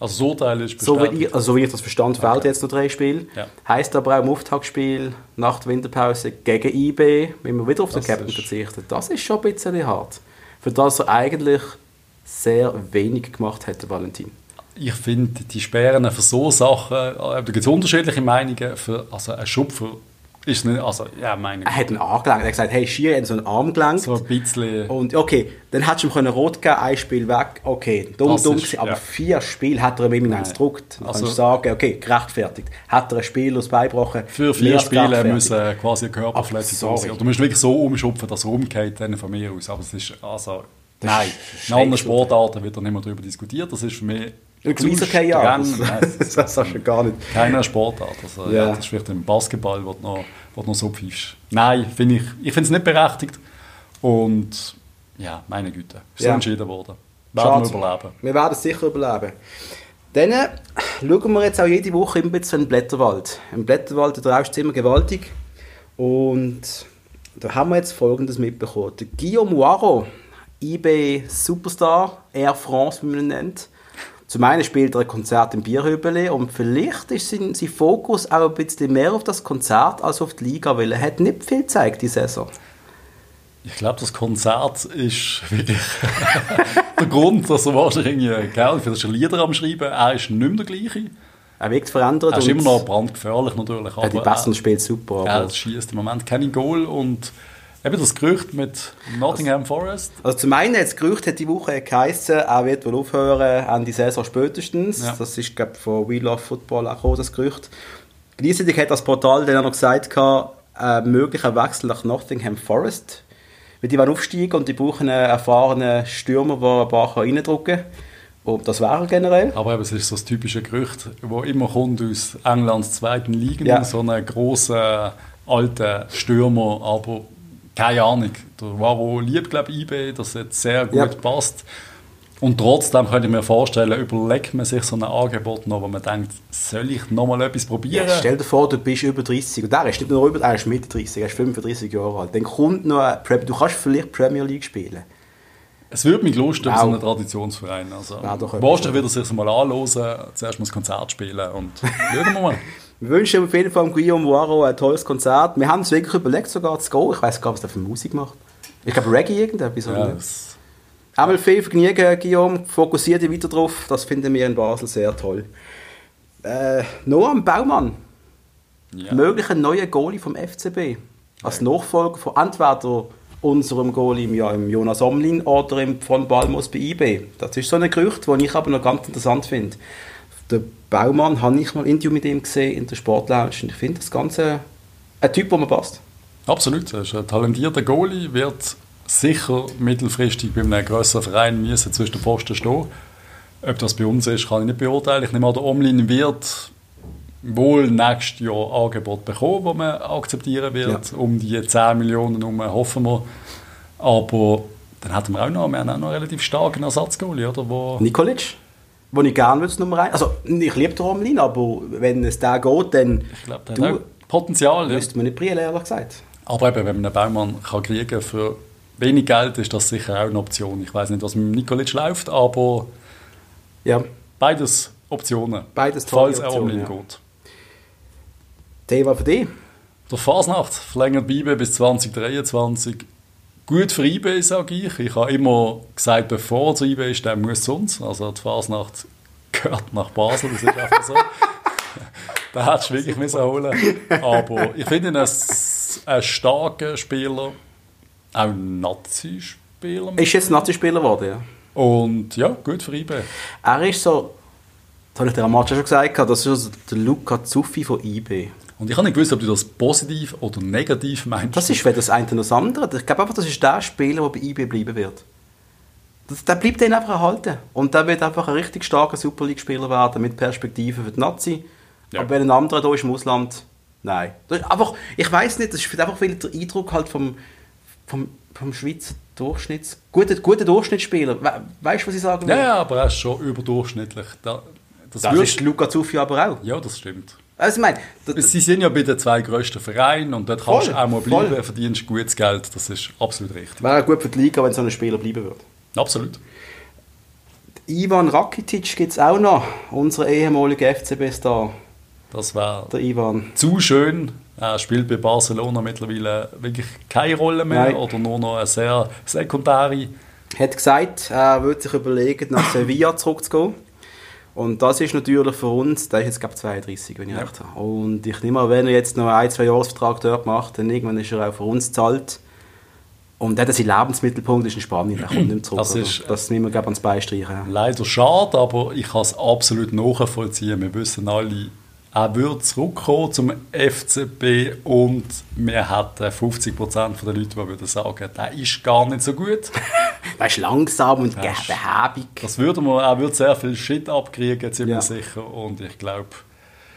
Also das Urteil ist So wie, bestätigt. ich, also so wie ich das verstand, fehlt jetzt noch drei Spiele. Ja. Heißt aber auch im Auftaktspiel, nach der Winterpause gegen IB, wenn man wieder auf den Das Captain ist- verzichtet. Das ist schon ein bisschen hart. Für das er eigentlich sehr wenig gemacht hat, der Valentin. Ich finde, die Sperren für so Sachen, äh, da gibt es unterschiedliche Meinungen. Für, also ein Schupfer ist nicht, also ja, meine Er hat ihn angelenkt. Er hat gesagt, hey, Schier hat so einen Arm gelenkt. so ein bisschen. Und okay, dann hättest du ihm können rot geben ein Spiel weg. Okay, dumm, Das dumm ist- gewesen, aber ja. vier Spiele hat er ihm immerhin eins gedruckt. Dann Also- kannst du sagen, okay, gerechtfertigt. Hat er ein Spiel aus beibrochen? Für vier Spiele müssen quasi eine Aber Körperverletzung sorry. sein. Oder du musst wirklich so umschupfen, dass er umgeht, dann von mir aus. Aber es ist, also, Das nein, ist in anderen schrecklich. Sportarten wird da nicht mehr darüber diskutiert. Das ist für mich Und zu Gleiser kein Jahr. streng. Nein, Das, das, das hast du gar nicht. Keiner Sportart. Also, Ja. ja. das ist vielleicht im Basketball, wo du noch, wo du noch so pfiffst. Nein, finde ich, ich finde es nicht berechtigt. Und ja, meine Güte, ist Ja. so entschieden worden. Werden wir Schade. überleben. Wir werden es sicher überleben. Dann äh, schauen wir jetzt auch jede Woche immer ein bisschen in den Blätterwald. Im Blätterwald, da draußen ist es immer gewaltig. Und da haben wir jetzt Folgendes mitbekommen. Der Guillaume Waro, eBay Superstar, Air France, wie man ihn nennt. Zum einen spielt er ein Konzert im Bierhübeli und vielleicht ist sein, sein Fokus auch ein bisschen mehr auf das Konzert als auf die Liga, weil er hat nicht viel gezeigt diese Saison. Ich glaube, das Konzert ist wirklich der Grund, dass er wahrscheinlich irgendwie, gell, für das ist Lieder am Schreiben, er ist nicht mehr der gleiche. Er wirkt verändert Er ist und immer noch brandgefährlich natürlich. ja, die Bassen spielt super. er, aber- er schießt im Moment keine Goal und eben das Gerücht mit Nottingham Forest. Also zum einen hat das Gerücht hat die Woche geheißen, er wird wohl aufhören an die Saison spätestens. Ja. Das ist glaube von We Love Football auch gekommen, das Gerücht. Gleichzeitig hat das Portal dann auch noch gesagt, äh, ein möglicher Wechsel nach Nottingham Forest. Weil die wollen aufsteigen und die brauchen einen erfahrenen Stürmer, der ein paar reindrücken kann. Und das wäre er generell. Aber eben, es ist so das typische Gerücht, wo immer kommt aus Englands zweiten Ligen, Ja. so einen grossen, alten Stürmer, aber keine Ahnung. Der Waro liebt, glaube ich, IB, das jetzt sehr gut Ja. passt. Und trotzdem könnte ich mir vorstellen, überlegt man sich so ein Angebot noch, wo man denkt, soll ich noch mal etwas probieren? Ja, stell dir vor, du bist über 30 und der ist nicht nur über, er ist Mitte 30, er ist 35 Jahre alt. Dann kommt noch ein Premier, du kannst vielleicht Premier League spielen. es würde mich lusten, Wow. so einen Traditionsverein. Also, Wäre doch etwas, ja. wahrscheinlich wieder sich mal anhören, zuerst mal das Konzert spielen und schauen wir mal. Wir wünschen auf jeden Fall dem Guillaume Waro ein tolles Konzert. Wir haben uns wirklich überlegt, sogar zu gehen. Ich weiß gar nicht, was der für Musik macht. Ich glaube, Reggae irgendetwas. Ja, Ja. das- Einmal viel Vergnügen, Guillaume. Fokussiert dich weiter drauf. Das finden wir in Basel sehr toll. Äh, Noam Baumann, ja. möglicher möglicher neuer Goalie vom FCB. Als Nachfolger von entweder unserem Goalie im Jahr, im Jonas Omlin oder im von Balmos bei IB. Das ist so ein Gerücht, das ich aber noch ganz interessant finde. Der Baumann habe ich mal ein Interview mit ihm gesehen in der Sportlounge und ich finde das Ganze ein Typ, der mir passt. Absolut, er ist ein talentierter Goalie, wird sicher mittelfristig bei einem grösseren Verein müssen zwischen den Pfosten stehen. Ob das bei uns ist, kann ich nicht beurteilen. Ich nehme an, der Omlin wird wohl nächstes Jahr Angebot bekommen, das man akzeptieren wird. Um die 10 Millionen herum hoffen wir. Aber dann hätten wir auch noch, wir haben auch noch einen relativ starken Ersatzgoalie, oder? Wo Nikolic, wo ich gerne würde, Nummer 1. Also, ich liebe den Omlin, aber wenn es da geht, dann ich glaube, der hat du, auch Potenzial. Ja. müsste man nicht brillen, ehrlich gesagt. Aber eben, wenn man einen Baumann kann kriegen für wenig Geld, ist das sicher auch eine Option. Ich weiß nicht, was mit dem Nikolic läuft, aber Ja. Beides Optionen. Beides tolle Falls er Optionen, online ja. geht. Thema für dich. Der Fasnacht verlängert die IB bis 2023. Gut für IB, sage ich. Ich habe immer gesagt, bevor er zu IB ist, der muss zu uns. Also die Fasnacht gehört nach Basel, das ist einfach so. da hättest du wirklich müssen holen Aber ich finde ihn ein, ein starker Spieler, auch ein Nazi-Spieler. Ist jetzt Nazi-Spieler geworden, ja? Und ja, gut für IB. Er ist so, das habe ich dir am Match schon gesagt, gehabt, das ist so der Luca Zuffi von IB. Und ich habe nicht gewusst, ob du das positiv oder negativ meinst. Das ist weder das eine noch das andere. Ich glaube einfach, das ist der Spieler, der bei IB bleiben wird. Das, der bleibt den einfach erhalten. Und der wird einfach ein richtig starker Super League-Spieler werden mit Perspektiven für die Nazi. Ja. Aber wenn ein anderer da ist im Ausland, nein. Das ist einfach, ich weiß nicht, das ist einfach viel der Eindruck halt vom, vom, vom Schweizer Durchschnitts. Guter, guter Durchschnittsspieler. We weißt du, was ich sagen will? Ja, ja, aber er ist schon überdurchschnittlich. Da, das Das würd- ist Luca Zuffi aber auch. ja, das stimmt. Also, ich meine, das- Sie sind ja bei den zwei grössten Vereinen und dort kannst Voll, du auch mal voll. bleiben, verdienst gutes Geld, das ist absolut richtig. wäre auch gut für die Liga, wenn so ein Spieler bleiben würde. Absolut. Ivan Rakitic gibt es auch noch, unser ehemaliger FCB-Star, Das wäre der Ivan. zu schön. Er spielt bei Barcelona mittlerweile wirklich keine Rolle mehr Nein. oder nur noch eine sehr sekundäre. hat gesagt, er würde sich überlegen, nach Sevilla zurückzugehen. Und das ist natürlich für uns, der ist jetzt glaube ich 32, wenn ich Ja. recht habe. Und ich nehme an, wenn er jetzt noch einen, zwei Jahresvertrag dort macht, dann irgendwann ist er auch für uns zahlt. Und dann sein Lebensmittelpunkt ist in Spanien, er kommt nicht mehr zurück. Das oder? ist- das müssen wir glaube ich, ans Bein streichen. Leider schade, aber ich kann es absolut nachvollziehen. Wir wissen alle, er würde zurückkommen zum FCB und wir hätten 50% der Leute, die würden sagen, der ist gar nicht so gut. Er ist langsam und Das- behäbig. Das würde man, er würde sehr viel Shit abkriegen, ziemlich Ja. sicher. Und ich glaube,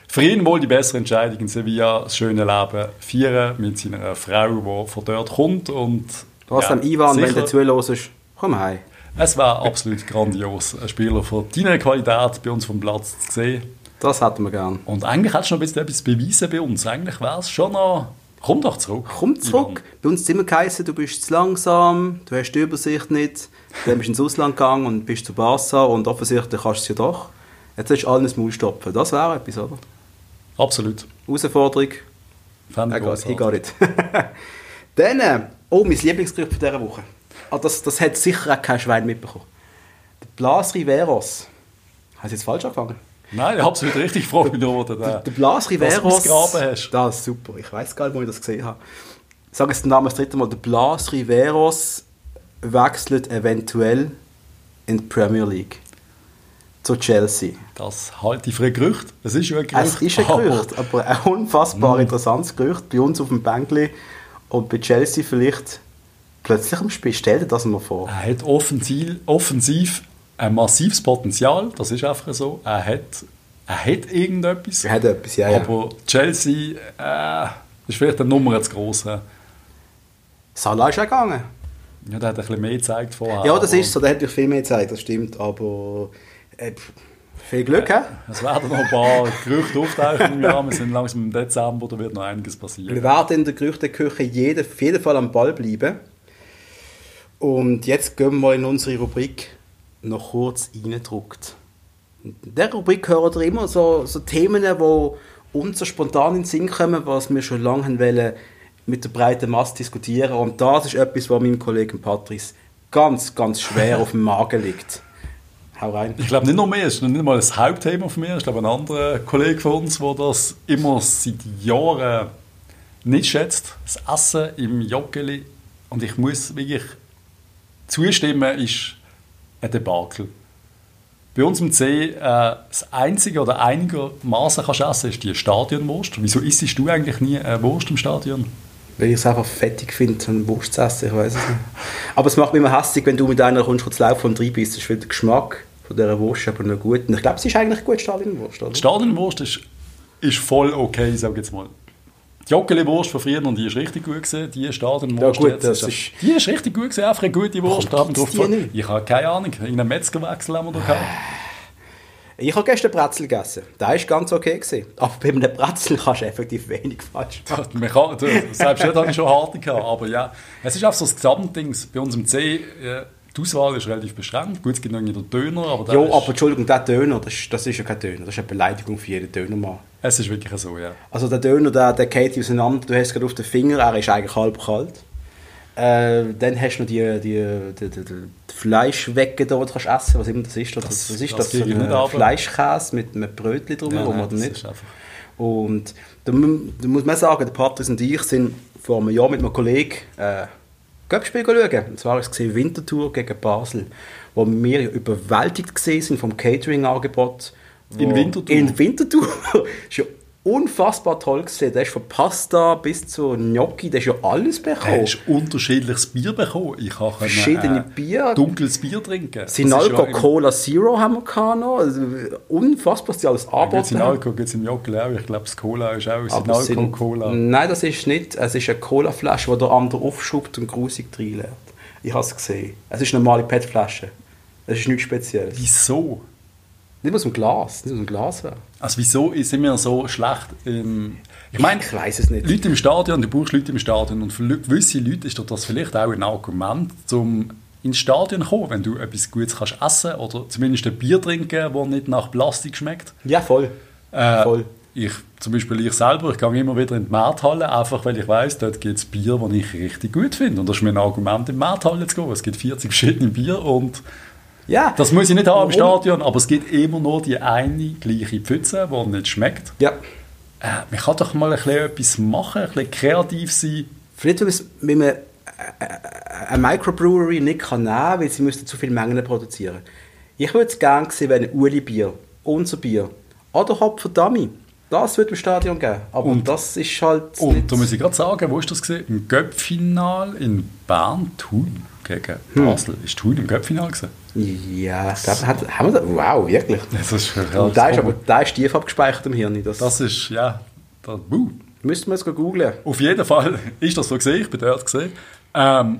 für ihn wohl die bessere Entscheidung in Sevilla, das schöne Leben feiern mit seiner Frau, die von dort kommt. Und Trotzdem, Ivan, wenn du sicher, zuhörst, komm heim. Es war absolut grandios, ein Spieler von deiner Qualität bei uns vom Platz zu sehen. Das hätten wir gern. Und eigentlich hättest du noch ein bisschen etwas beweisen bei uns. Eigentlich wäre es schon noch... Komm doch zurück. Komm zurück. Bei uns hat es immer geheißen, du bist zu langsam, du hast die Übersicht nicht. Dann bist du ins Ausland gegangen und bist zu Barca und offensichtlich kannst du es ja doch. Jetzt hast du alles Maul stopfen. Das wäre etwas, oder? Ivan. Absolut. Herausforderung, Fände I ich got, großartig. he got it. Dann, äh, oh, mein Lieblingsgericht von dieser Woche. Ah, das, das hat sicher auch kein Schwein mitbekommen. Der Blas Riveros. Hast du jetzt falsch angefangen? Nein, absolut richtig. Ich freue mich nur, wo der... Der Blas Riveros. Dass du ausgegraben hast. Das ist super. Ich weiß gar nicht, wo ich das gesehen habe. Ich sage jetzt den Namen das dritte Mal. Der Blas Riveros wechselt eventuell in die Premier League zu Chelsea. Das halte ich für ein Gerücht. Es ist ja oh. ein Gerücht. Es ist ein aber- Gerücht, aber ein unfassbar interessantes Gerücht. Bei uns auf dem Bänkli und bei Chelsea vielleicht plötzlich am Spiel. Stell dir das mal vor. Er hat offensiv, offensiv ein massives Potenzial, das ist einfach so. Er hat, er hat irgendetwas. Er hat etwas, ja, ja. Aber Chelsea äh, ist vielleicht eine Nummer zu gross. Ja, Salah ist auch gegangen. der hat ein bisschen mehr gezeigt vorher. Ja, das aber ist so. Da hätte ich viel mehr Zeit, das stimmt. Aber äh, pff, viel Glück, hä? Es werden noch ein paar Gerüchte auftauchen im Jahr. Wir sind langsam im Dezember, da wird noch einiges Wir passieren. werden in der Gerüchteküche jede, auf jeden Fall am Ball bleiben. Und jetzt gehen wir mal in unsere Rubrik noch kurz reindruckt. In dieser Rubrik hören wir immer so, so Themen, die uns so spontan in den Sinn kommen, was wir schon lange haben wollen, mit der breiten Masse diskutieren. Und das ist etwas, was meinem Kollegen Patrice ganz, ganz schwer auf dem Magen liegt. Hau rein. Ich glaube nicht nur mehr, es ist nicht mal das Hauptthema von mir. Ich glaube, ein anderer Kollege von uns, der das immer seit Jahren nicht schätzt, das Essen im Joggeli. Und ich muss wirklich zustimmen, ist ein Debakel. Bei uns im C, äh, das einzige oder einigermaßen kannst du essen, ist die Stadionwurst. Wieso isst du eigentlich nie eine Wurst im Stadion? Weil ich es einfach fettig finde, einen Wurst zu essen, ich weiß es nicht. Aber es macht mich immer hässlich, wenn du mit einer kommst, kurz laufen und rein bist. Das ist weil der Geschmack von dieser Wurst aber noch gut. Und ich glaube, sie ist eigentlich gut, Stalinwurst, Die oder? Stadionwurst ist, ist voll okay, sag ich jetzt mal. Die Joggeli-Wurst von früher, und die ist richtig gut gewesen, die Stadionwurst Ja, gut, jetzt, das ist, ist- die ist richtig gut gewesen, einfach eine gute Wurst. Warum haben gibt's drauf- die nicht? ich habe keine Ahnung, irgendeinen Metzgerwechsel haben wir da gehabt. Ich habe gestern Brezel gegessen. Der war ganz okay. Gewesen. Aber bei einem Brezel kannst du effektiv wenig falsch machen. Man kann, du, selbst dort habe ich schon harte gehabt, aber ja. Es ist einfach so das Gesamtding, bei uns im C, äh, die Auswahl ist relativ beschränkt. Gut, es gibt noch den Döner, aber, der Ja, ist, aber Entschuldigung, der Döner, das ist, das ist ja kein Döner. Das ist eine Beleidigung für jeden Dönermann. es ist wirklich so, ja. Also der Döner, der, der geht auseinander, du hast es gerade auf den Finger, er ist eigentlich halb kalt. Äh, dann hast du noch die, die, die, die, die Fleischwecke da, die du kannst essen was immer das ist. Das, Das- was ist das das, kriege für ich nicht ein runter. Fleischkäse mit einem Brötchen Ja, drumherum, nein, oder das nicht? ist einfach- Und da, mu- da muss man sagen, der Patrice und ich sind vor einem Jahr mit einem Kollegen äh, Göppspiel schauen. Und zwar war es gewesen Winterthur gegen Basel, wo wir überwältigt gesehen sind vom Catering-Angebot. In wo- Winterthur? In Winterthur. das ist ja unfassbar toll gesehen. Da ist von Pasta bis zu Gnocchi, da ist ja alles Du bekommen. hast unterschiedliches Bier bekommen. Ich habe können, Verschiedene äh, Bier. dunkles Bier trinken. Sinalco Das ist ja im- Cola Zero haben wir gehabt noch. Also, unfassbar, was die alles Gut, angeboten haben. Sinalco gibt es im Joggel auch. Ich glaube, das Cola ist auch Aber es sind- Sinalco-Cola. Nein, das ist nicht. Es ist eine Colaflasche, die der andere aufschraubt und grusig reinlädt. Ich habe es gesehen. Es ist eine normale PET-Flasche. Es ist nichts Spezielles. Wieso? Nicht aus dem Glas, nicht aus dem Glas wäre. Also wieso sind wir so schlecht im... Ich meine, Ich weiss es nicht. Leute im Stadion, du brauchst Leute im Stadion und für Leute- gewisse Leute ist doch das vielleicht auch ein Argument, um ins Stadion zu kommen, wenn du etwas Gutes kannst essen oder zumindest ein Bier trinken, das nicht nach Plastik schmeckt. Ja, voll. Äh, Voll. Ich, zum Beispiel ich selber, ich gehe immer wieder in die Markthalle, einfach weil ich weiß, dort gibt es Bier, das ich richtig gut finde. Und das ist mir ein Argument, in die Markthalle zu gehen. Es gibt 40 verschiedene Bier und Ja. das muss ich nicht haben im Warum? Stadion, aber es gibt immer nur die eine gleiche Pfütze, die nicht schmeckt. Ja. Äh, man kann doch mal ein bisschen etwas machen, ein bisschen kreativ sein. Vielleicht, weil es- weil man äh, äh, eine Microbrewery nicht kann nehmen kann, weil sie müssten zu viele Mengen produzieren. Ich würde es gerne sehen, wenn Uli Bier, unser Bier, oder Hopfen Dummy, das würde im Stadion geben. Aber Und- das ist halt Und da muss ich gerade sagen, wo ist das gesehen? Im Göppfinal in Bern, Thun gegen Basel. Ist Thun im Göppfinal gewesen? Ja, ich glaube, hat, haben wir da, wow, wirklich. Das ist, Und da ist aber da ist tief abgespeichert im Hirn. Das, das ist ja, da, wuh. müssten wir jetzt googlen. Auf jeden Fall ist das so gesehen, ich bin dort gesehen. Ähm,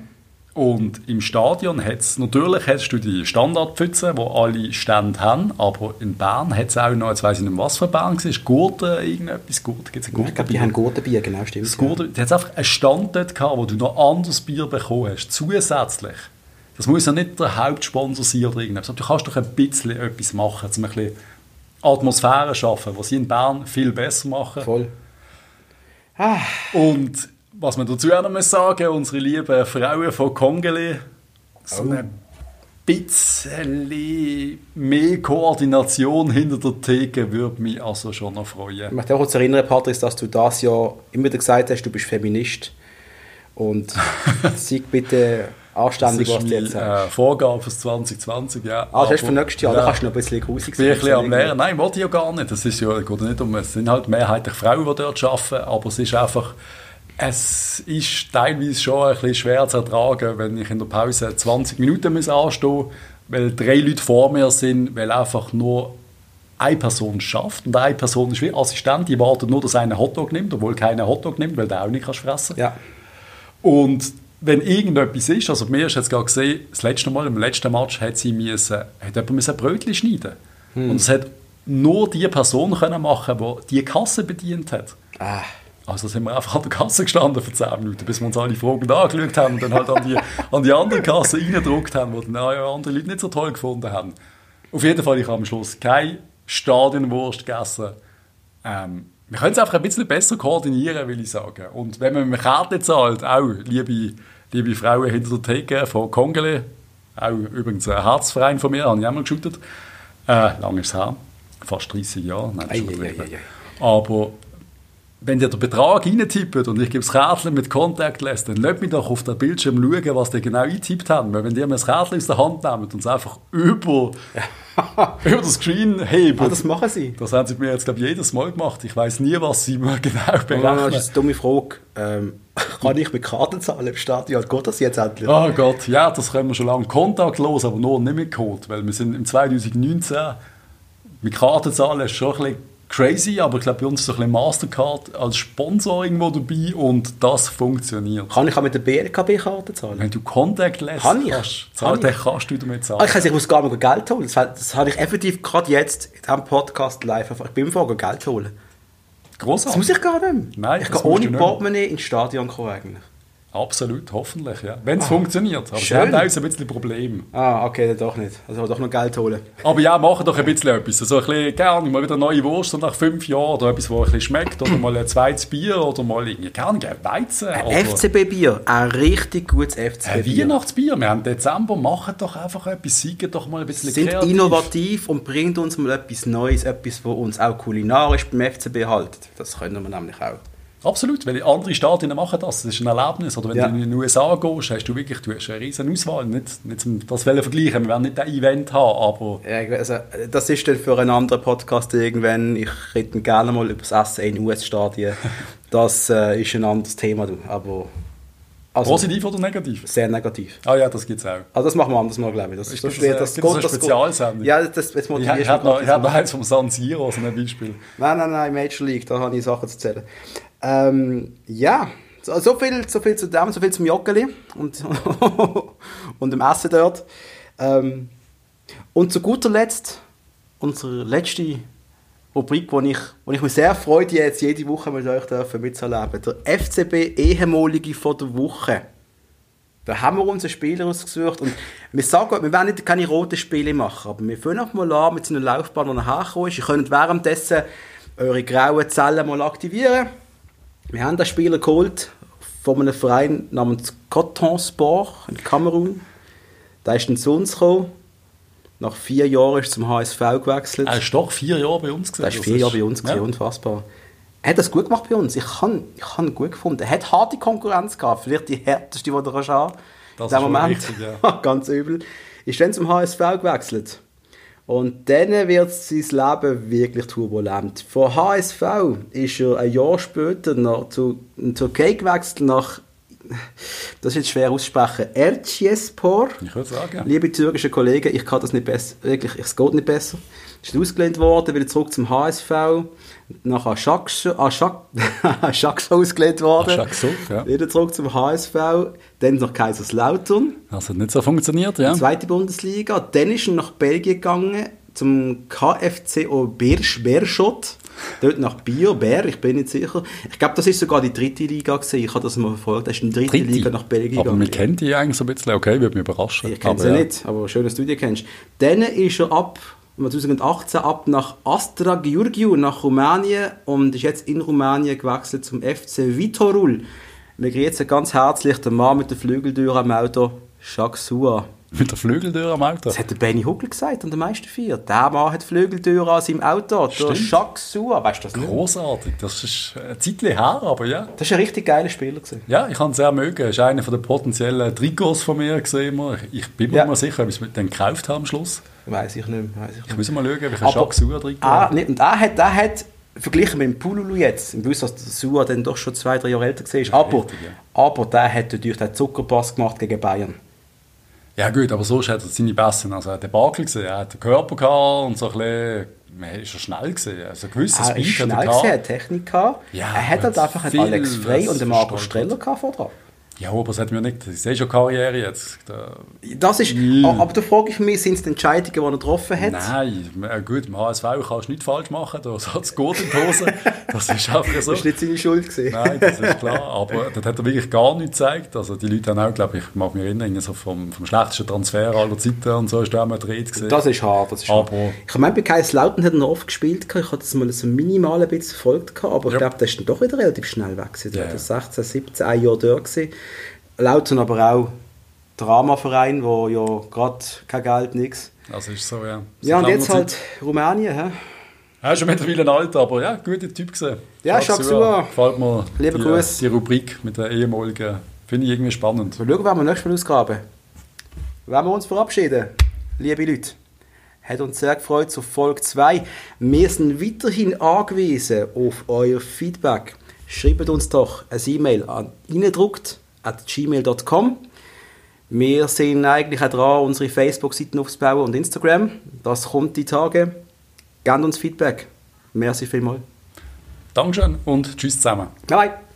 und im Stadion hat's natürlich hast du die Standardpfütze, wo alle Stände haben, aber in Bern hat es auch noch, jetzt weiss ich nicht mehr, was für Bern war, Gurten, irgendetwas, Gurten, gibt es Ich glaube, die haben gute Bier, genau, stimmt. Das Gurten, da hat's einfach einen Stand dort gehabt, wo du noch anderes Bier bekommen hast, zusätzlich. Das muss ja nicht der Hauptsponsor sein oder irgendetwas, aber du kannst doch ein bisschen etwas machen, um ein bisschen Atmosphäre schaffen, was sie in Bern viel besser machen. ja. Voll. Ah. Und was man dazu auch noch muss sagen unsere lieben Frauen von Kongeli, so Oh. ein bisschen mehr Koordination hinter der Theke würde mich also schon noch Ich freuen. möchte auch kurz erinnern, Patrick, dass du das ja immer wieder gesagt hast, du bist Feminist. Und sei bitte Das anständig, ist was du meine jetzt sagst. äh, Vorgabe fürs 2020, ja. Ah, das ist Aber- für nächstes Jahr, da Ja. kannst du noch ein bisschen gruselig Ich bin ein bisschen am Lehren. Nein, wollte ich ja gar nicht. Das ist ja, geht ja nicht um. Es sind halt mehrheitlich Frauen, die dort arbeiten, aber es ist einfach, es ist teilweise schon ein bisschen schwer zu ertragen, wenn ich in der Pause 20 Minuten muss anstehen weil drei Leute vor mir sind, weil einfach nur eine Person schafft und eine Person ist wie Assistent, die wartet nur, dass einer Hotdog nimmt, obwohl keiner Hotdog nimmt, weil der auch nicht kannst fressen Ja, und wenn irgendetwas ist, also mir ist jetzt gerade gesehen, das letzte Mal, im letzten Match, hat, sie müssen, hat jemand müssen ein Brötchen schneiden Und das hat nur die Person können machen die die Kasse bedient hat. ah, Also sind wir einfach an der Kasse gestanden für 10 Minuten, bis wir uns alle Fragen angeschaut haben und dann halt an die, an die andere Kasse reingedruckt haben, die dann auch ja andere Leute nicht so toll gefunden haben. Auf jeden Fall, ich habe am Schluss keine Stadionwurst gegessen. Ähm, wir können es einfach ein bisschen besser koordinieren, will ich sagen. Und wenn man eine Karte zahlt, auch liebe, liebe Frauen hinter der Theke von Kongele, auch übrigens ein Herzverein von mir, habe ich auch mal geschüttet. Äh, lang ist es her, fast 30 Jahre. Nein, das ist Ei, ei, übertrieben. ei, ei, Aber wenn ihr den Betrag reintippt und ich gebe das Kärtchen mit Contactless, dann lasst mich doch auf den Bildschirm schauen, was die genau eingetippt haben. Weil wenn die mir das Kärtchen aus der Hand nehmen und es einfach über, über den Screen heben, Ah, das machen sie. das haben sie mir jetzt, glaube ich, jedes Mal gemacht. Ich weiß nie, was sie mir genau Ja, das berechnen. Ah, ist eine dumme Frage. Ähm, kann ich mit Karten zahlen im Stadion? Geht das jetzt endlich? Oh Gott, ja, das können wir schon lange kontaktlos, aber nur nicht mit Code, weil wir sind im 2019 mit Kartenzahlen ist schon ein bisschen crazy, aber ich glaube, bei uns ist so ein bisschen Mastercard als Sponsor irgendwo dabei und das funktioniert. Kann ich auch mit der BLKB-Karte zahlen? Wenn du Contactless Kann ich? kannst, Kann zahl, ich? dann kannst du damit Ah, zahlen. ich, weiss, ich muss gar nicht Geld holen. Das, das habe ich effektiv gerade jetzt in diesem Podcast live. einfach- Ich bin vorher Geld holen. Das muss Großartig. ich gar nicht. mehr. Nein, ich das kann musst ohne du nicht. Portemonnaie ins Stadion kommen eigentlich. Absolut, hoffentlich, ja. Wenn es funktioniert. Ah. Aber schön. sie haben auch so ein bisschen Probleme. Ah, okay, dann doch nicht. Also doch noch Geld holen. Aber ja, machen doch ein bisschen etwas. Also ein bisschen, keine Ahnung, mal wieder eine neue Wurst und nach fünf Jahren oder etwas, das ein bisschen schmeckt. Oder mal ein zweites Bier oder mal irgendwie, keine Ahnung, ein Weizen. oder FCB-Bier, ein richtig gutes ein FCB-Bier. Weihnachtsbier. Wir haben Dezember, machen doch einfach etwas, seien doch mal ein bisschen sind kreativ. innovativ und bringt uns mal etwas Neues, etwas, was uns auch kulinarisch beim FCB haltet. Das können wir nämlich auch. Absolut, weil andere Stadien machen das. Das ist ein Erlebnis. Oder wenn Ja. du in die USA gehst, hast du wirklich du hast eine riesen Auswahl. Nicht, nicht zum das wollen vergleichen. Wir werden nicht ein Event haben, aber Ja, ich weiß, Also, das ist dann für einen anderen Podcast irgendwann. Ich rede dann gerne mal über das Essen in US-Stadien. Das äh, ist ein anderes Thema, du. aber also, positiv oder negativ? sehr negativ. Ah ja, das gibt es auch. Also das machen wir anders mal, glaube ich. Das, Ich das, bin das, das- gibt es eine das- Spezialsendung? Ja, das, das Ich, motivierst ich mich habe noch, gerade. ich hab noch eins vom San Siro, so ein Beispiel. Nein, nein, nein, Major League, da habe ich Sachen zu erzählen. Ähm, ja, so, so, viel, so viel zu dem, so viel zum Joggeli und, und dem Essen dort. Ähm, und zu guter Letzt, unsere letzte Rubrik, wo ich, wo ich mich sehr freue, die jetzt jede Woche mit euch dürfen mitzuerleben. Der FCB ehemalige von der Woche. Da haben wir uns einen Spieler ausgesucht und wir sagen, wir werden nicht keine roten Spiele machen, aber wir fangen auch mal an mit seiner Laufbahn, die nachher gekommen ist. Ihr könnt währenddessen eure grauen Zellen mal aktivieren. Wir haben den Spieler geholt von einem Verein namens Coton Sport in Kamerun. Da ist dann zu uns gekommen. Nach vier Jahren ist er zum HSV gewechselt. Er ist doch vier Jahre bei uns gewesen. Er war vier Jahre bei uns, gewesen, Ja. unfassbar. Er hat das gut gemacht bei uns. Ich kann ich han ihn gut gefunden. Er hat harte Konkurrenz gehabt. Vielleicht die härteste, die du kannst haben Das In ist dem schon Moment. richtig, ja. Ganz übel. Ist dann zum HSV gewechselt. Und dann wird sein Leben wirklich turbulent. Von HSV ist er ein Jahr später nach, zu in die Türkei gewechselt, nach, das ist jetzt schwer aussprechen, Erciyespor. Ich würde sagen. Liebe türkische Kollegen, ich kann das nicht besser. Wirklich, es geht nicht besser. Ist ausgelehnt worden, wieder zurück zum HSV. Nach Ajax, Ajax, Ajax ausgelehnt worden. Ajax, ja. Wieder zurück zum HSV. Dann nach Kaiserslautern, Das Also hat nicht so funktioniert, ja. zweite Bundesliga. Dann ist er nach Belgien gegangen, zum KFCO Bersch, Berschot. Dort nach Bier, Bär, ich bin nicht sicher. Ich glaube, das ist sogar die dritte Liga gewesen. Ich habe das mal verfolgt. Das ist in die dritte, Dritte. Liga nach Belgien Aber gegangen. man kennt die eigentlich so ein bisschen. Okay, würde mich überraschen. Ich kenne sie Aber ja. nicht, aber schön, dass du die kennst. Dann ist er ab 2018 ab nach Astra Giurgiu, nach Rumänien und ist jetzt in Rumänien gewechselt zum FC Vitorul. Wir grüßen ganz herzlich den Mann mit der Flügeltür am Auto, Shaksua. Mit der Flügeltür am Alter. Das hat der Benny Huckel gesagt an den meisten vier. Der Mann hat Flügeltür an seinem Auto, der Stimmt. Shaksua, weißt du das nicht? Großartig. Das ist ein Zeitchen her, aber ja. Das war ein richtig geiler Spieler. Gewesen. Ja, ich habe es sehr mögen. Es war einer der potenziellen Trikots von mir. Gesehen. Ich bin mir Ja. mal sicher, ob ich es dann gekauft habe am Schluss. Weiß ich nicht mehr. Weiss ich nicht Ich mehr. muss mal schauen, ob ich einen Aber- Jacques-Sauer-Trikot Ah, habe. nee, und er hat, er hat verglichen mit dem Pululu jetzt, im Wissen, dass der Sua dann doch schon zwei, drei Jahre älter war. Aber, richtig, ja. aber der hat natürlich den Zuckerpass gemacht gegen Bayern. Ja gut, aber sonst hat er seine Besten. Also er hat den Bakel gesehen, er hat den Körper gehabt und so ein bisschen... Man ist er schnell gesehen. Also ein gewisses er Ah, ist Speed schnell, hat er gewesen, gehabt. hat Technik gehabt. Ja, er hat halt hat einfach einen viel Alex Frey was und den Marco verstolpert. Streller gehabt vordrauf. Ja, aber es hat mir nicht... Ich sehe schon Karriere jetzt. Da, Das ist, aber da frage ich mich, sind es die Entscheidungen, die er getroffen hat? nein, äh, gut, im HSV kannst du nichts falsch machen. Da hat es gut in die Hose. Das ist einfach so. Das war nicht seine Schuld. Gewesen. Nein, das ist klar. Aber dort hat er wirklich gar nichts gezeigt. Also die Leute haben auch, glaube ich, ich mag mich erinnern, so vom, vom schlechtesten Transfer aller Zeiten und so ist da auch mal dreht gesehen. Das ist hart. Das ist hart. Aber- Ich meine, bei Kaiserslautern hat er noch oft gespielt. gehabt. Ich hatte das mal so minimal ein bisschen verfolgt, gehabt, aber ich Ja. glaube, der ist dann doch wieder relativ schnell weg. gewesen. Der Ja, war ja. 16, 17, ein Jahr da. Gewesen. Lautern aber auch Dramaverein, wo ja gerade kein Geld, nichts. das Also, ist so, ja. Ja, und Seit jetzt langer halt Zeit. Rumänien. Hä? Er ist schon mittlerweile ein Alter, aber ja, guter Typ gesehen. Ja, Shaksua. Gefällt mir Lieber die, Gruß. die Rubrik mit der ehemaligen. Finde ich irgendwie spannend. Mal schauen, wenn wir nächstes Mal ausgraben. Wenn wir uns verabschieden, liebe Leute, hat uns sehr gefreut zur Folge 2. Wir sind weiterhin angewiesen auf euer Feedback. Schreibt uns doch ein E-Mail an innedruckt.gmail.com. Wir sind eigentlich auch dran, unsere Facebook-Seiten aufzubauen und Instagram. Das kommt die Tage. Gebt uns Feedback. Merci vielmals. Dankeschön und tschüss zusammen. Bye bye.